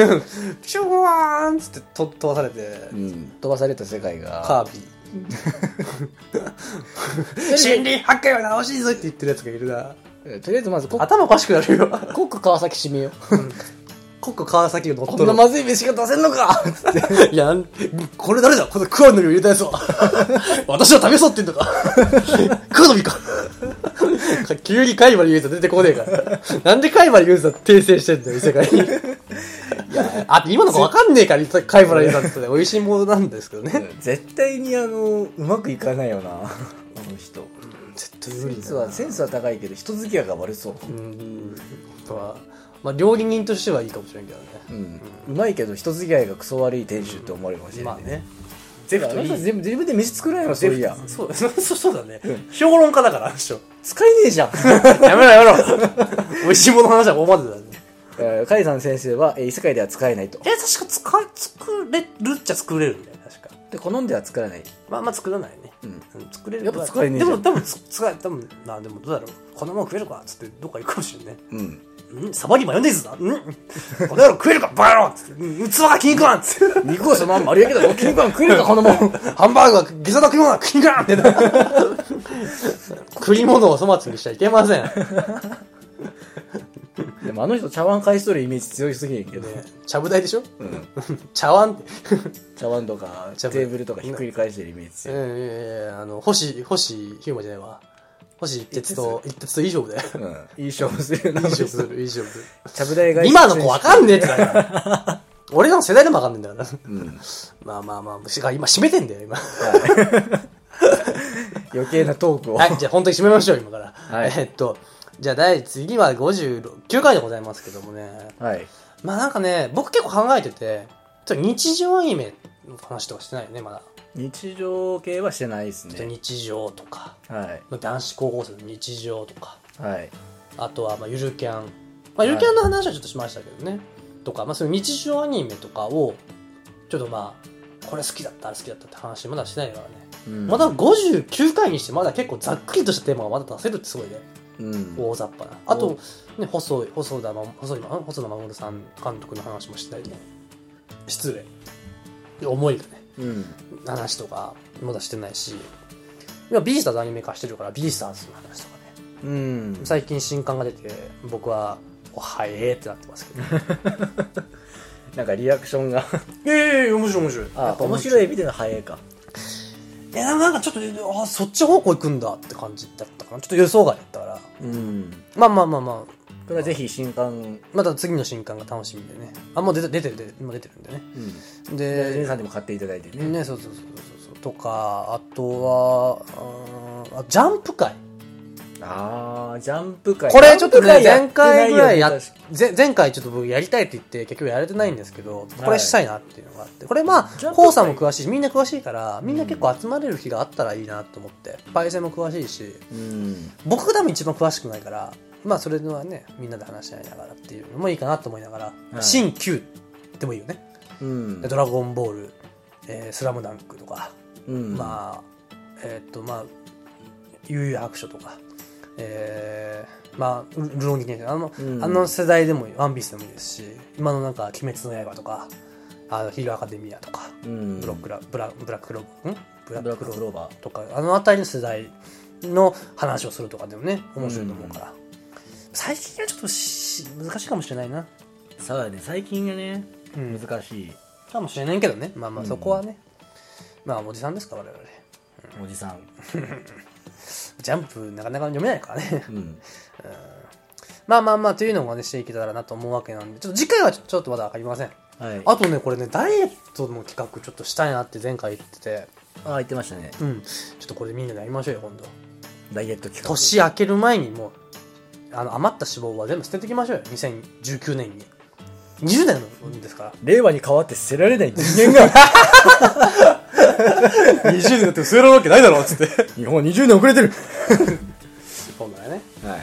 S1: ュワーンっつってと飛ばされて
S2: う、ん、飛ばされた世界が
S1: カービィ。 心理発見は直しいぞって言ってるやつがいるな。
S2: えとりあえず まずコッ
S1: 頭おかしくなるよ。
S2: コック川崎締めよう
S1: コック川崎を乗っ
S2: こん
S1: 取
S2: な
S1: ろう
S2: まずい飯が出せんのかつっ
S1: い
S2: て
S1: や、これ誰だこのクワの実を入れたやつは。 私は試そうって言うのか。クワの実か。急に貝原ユーザ出てこねえから。なんで貝原ユーザ訂正してんだよ、異世界に。あ、今の子わかんねえから、貝原ユーザって美味しいものなんですけどね。
S2: 絶対にあのうまくいかないよなあの人
S1: 絶対無
S2: セ
S1: 理
S2: ン
S1: だ
S2: ス
S1: な
S2: はセンスは高いけど人付き合いが悪そう、
S1: うん。あとは、まあ、料理人としてはいいかもしれんけどね。
S2: うんうまいけど人付き合いがクソ悪い店主って思われるかもしれな
S1: ま
S2: い、
S1: あね。
S2: ゼフといい自分自分で飯作らないのそういや
S1: そう だ、そうそうだね。評論家だから、あの人。
S2: 使えねえじゃん
S1: やめろやめろ。 美味しいものの話はここまでだね。
S2: えーカイさん 先生は、えー異世界では使えないと
S1: え、確か使い、作れるっちゃ作れるんだよ、確か。
S2: で好んでは作らない
S1: まあ、まあ作らないね。
S2: うん
S1: うん作れる
S2: やっぱ使えねえ
S1: で
S2: じゃ
S1: も、
S2: ん
S1: 多分つ使え、多分な、でもどうだろう。こんなもん食えるかっつって、どっか行くかもしれんね。
S2: うん
S1: んサバにマヨネーズだんこの野郎食えるかバカ野郎っつって。うん器が気に食わんっつって。
S2: 肉をそのまんま丸焼けだろ筋肉は食えるかこのも ん
S1: ハンバーグは下駄の食い物は食いに食わんってな。 食い物を粗末にしちゃいけません。
S2: でもあの人茶碗返しとるイメージ強いすぎるけど、
S1: ちゃぶ台でしょ
S2: うん、
S1: 茶碗って。
S2: 茶碗とかテ
S1: 茶碗
S2: ーブルとかひっくり返してるイメージ
S1: い
S2: 強い、
S1: やいやいや、あの、星、星、ヒューマじゃないわ。星一徹と、一徹といい勝負だ よ。
S2: うん、いい勝負する
S1: い
S2: ない
S1: 勝負する、いい勝負。
S2: ちゃぶ台が
S1: 今の子わかんねえってだから。 俺らの世代でもわかんねえんだから。
S2: うん
S1: まあまあまあ、しか今閉めてんだよ、今。
S2: 余計なトークを、
S1: はい、じゃあ本当に閉めましょう、今から。
S2: はい
S1: えっと、じゃあ第、次は59回でございますけどもね。
S2: はい、
S1: まあなんかね、僕結構考えてて、ちょっと日常アニメの話とかしてないよね、まだ。
S2: 日常系はしてないです
S1: ちょっと
S2: ね
S1: 日常とか、
S2: は
S1: 男子高校生の日常とか。
S2: いはい
S1: あとは、まあ、ゆるキャン。まあ、ゆるキャンの話はちょっとしましたけどね。とか、まあ、その日常アニメとかを、ちょっとまあ、これ好きだった、あれ好きだったって話、まだしてないからね。
S2: うん
S1: まだ59回にして、まだ結構ざっくりとしたテーマがまだ出せるってすごいね。
S2: うん
S1: 大雑把な。あと、ね、細い、細田守、細い、ん細田守さん監督の話もしてないね。失礼。思いがね、
S2: うん
S1: 話とか、まだしてないし。今、ビースターズアニメ化してるから、ビースターズの話とかね。
S2: うん
S1: 最近新刊が出て僕は「おはえー」ってなってますけど
S2: なんかリアクションが
S1: ええ面白い面白い
S2: あ面
S1: い
S2: 白いエビでの早いか
S1: いやなんかちょっとあそっち方向行くんだって感じだったかなちょっと予想外だったから
S2: うん
S1: まあまあまあまあ
S2: これはぜひ新刊
S1: また次の新刊が楽しみでねあもう出て出てる出て今出てるんでね
S2: うんジ
S1: で
S2: さんでも買っていただいてね
S1: ねそうそうそうそうそうとかあとはうーんあジャンプ界
S2: ああジャンプ界
S1: これちょっとね
S2: ジャン
S1: 前
S2: プ界
S1: 回ぐらいや
S2: ってなよね
S1: ぜ前回ちょっと僕やりたいって言って結局やれてないんですけどこれしたいなっていうのがあってこれま
S2: ジャ
S1: あ
S2: ンプ界
S1: コウさんも詳しいしみんな詳しいからみんな結構集まれる日があったらいいなと思ってパイセンも詳しいし
S2: 確かうん
S1: 僕が多分一番詳しくないからまあそれのはねみんなで話し合いながらっていうのもいいかなと思いながら
S2: い
S1: 新旧でもいいよね
S2: うん
S1: ドラゴンボールえースラムダンクとか
S2: うん
S1: まあえーっとまあ悠々白書とかえーまあルルロニケンあの、
S2: うん
S1: あの世代でもいいワンピースでもいいですし今のなんか「鬼滅の刃」とか「あのヒーローアカデミア」とか
S2: う
S1: 「
S2: ん
S1: ブロックラブラブラッククローバー」んブラ
S2: ブラ
S1: ッ
S2: ック
S1: クク
S2: ク
S1: ロ
S2: ロ
S1: ー
S2: ーバ
S1: バーとかあの辺りの世代の話をするとかでもね面白いと思うから、最近はちょっとし難しいかもしれないな、
S2: ーそうだね最近がね
S1: うん、
S2: 難しい
S1: かもしれないけどねまあまあそこはね、まあおじさんですから我々
S2: おじさん
S1: ジャンプなかなか読めないからね
S2: うん
S1: まあまあまあというのもねしていけたらなと思うわけなんで、ちょっと次回はちょちょっとまだわかりません。
S2: はい
S1: あとね、これね、ダイエットの企画ちょっとしたいなって前回言ってて、
S2: あ言ってましたね
S1: うん、ちょっとこれみんなでやりましょうよ、今度。
S2: ダイエット企画
S1: 年明ける前にもう、あの、余った脂肪は全部捨てていきましょうよ、2019年に。20年のですか
S2: 令和に変わって捨てられない人間が
S1: ら。20年だって捨てるわけないだろ、つって。
S2: 日本20年遅れてる
S1: そうだよね。
S2: はい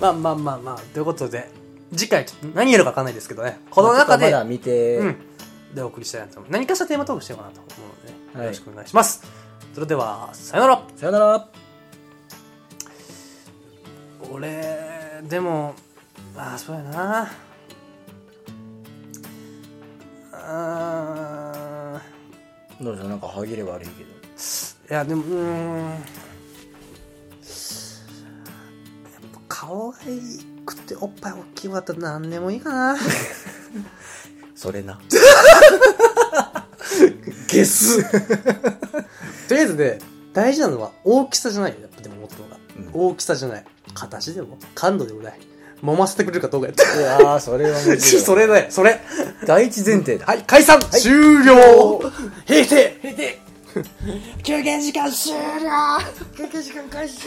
S1: まあまあまあまあ、ということで、次回ちょっと何やるかわかんないですけどね、この中で、
S2: まだ見て
S1: うんでお送りしたいなと思う何かしらテーマトークしようかなと思うので、
S2: はい
S1: よろしくお願いしますそれではさよなら
S2: さよなら
S1: 俺でもああそうやなあ
S2: どうぞなんか歯切れ悪いけど
S1: ーいやでもうーんやっぱ顔がいくておっぱい大きい子だったら何でもいいかな
S2: それ なゲス
S1: とりあえずね大事なのは大きさじゃないよやっぱでも思ったのが、
S2: うん
S1: 大きさじゃない形でも感度でもない揉ませてくれるかどうかやった
S2: いやーそれはもう
S1: それだよそれ
S2: 第一前提だ
S1: はい、解散、終了閉廷閉廷休憩時間終了休憩時間開始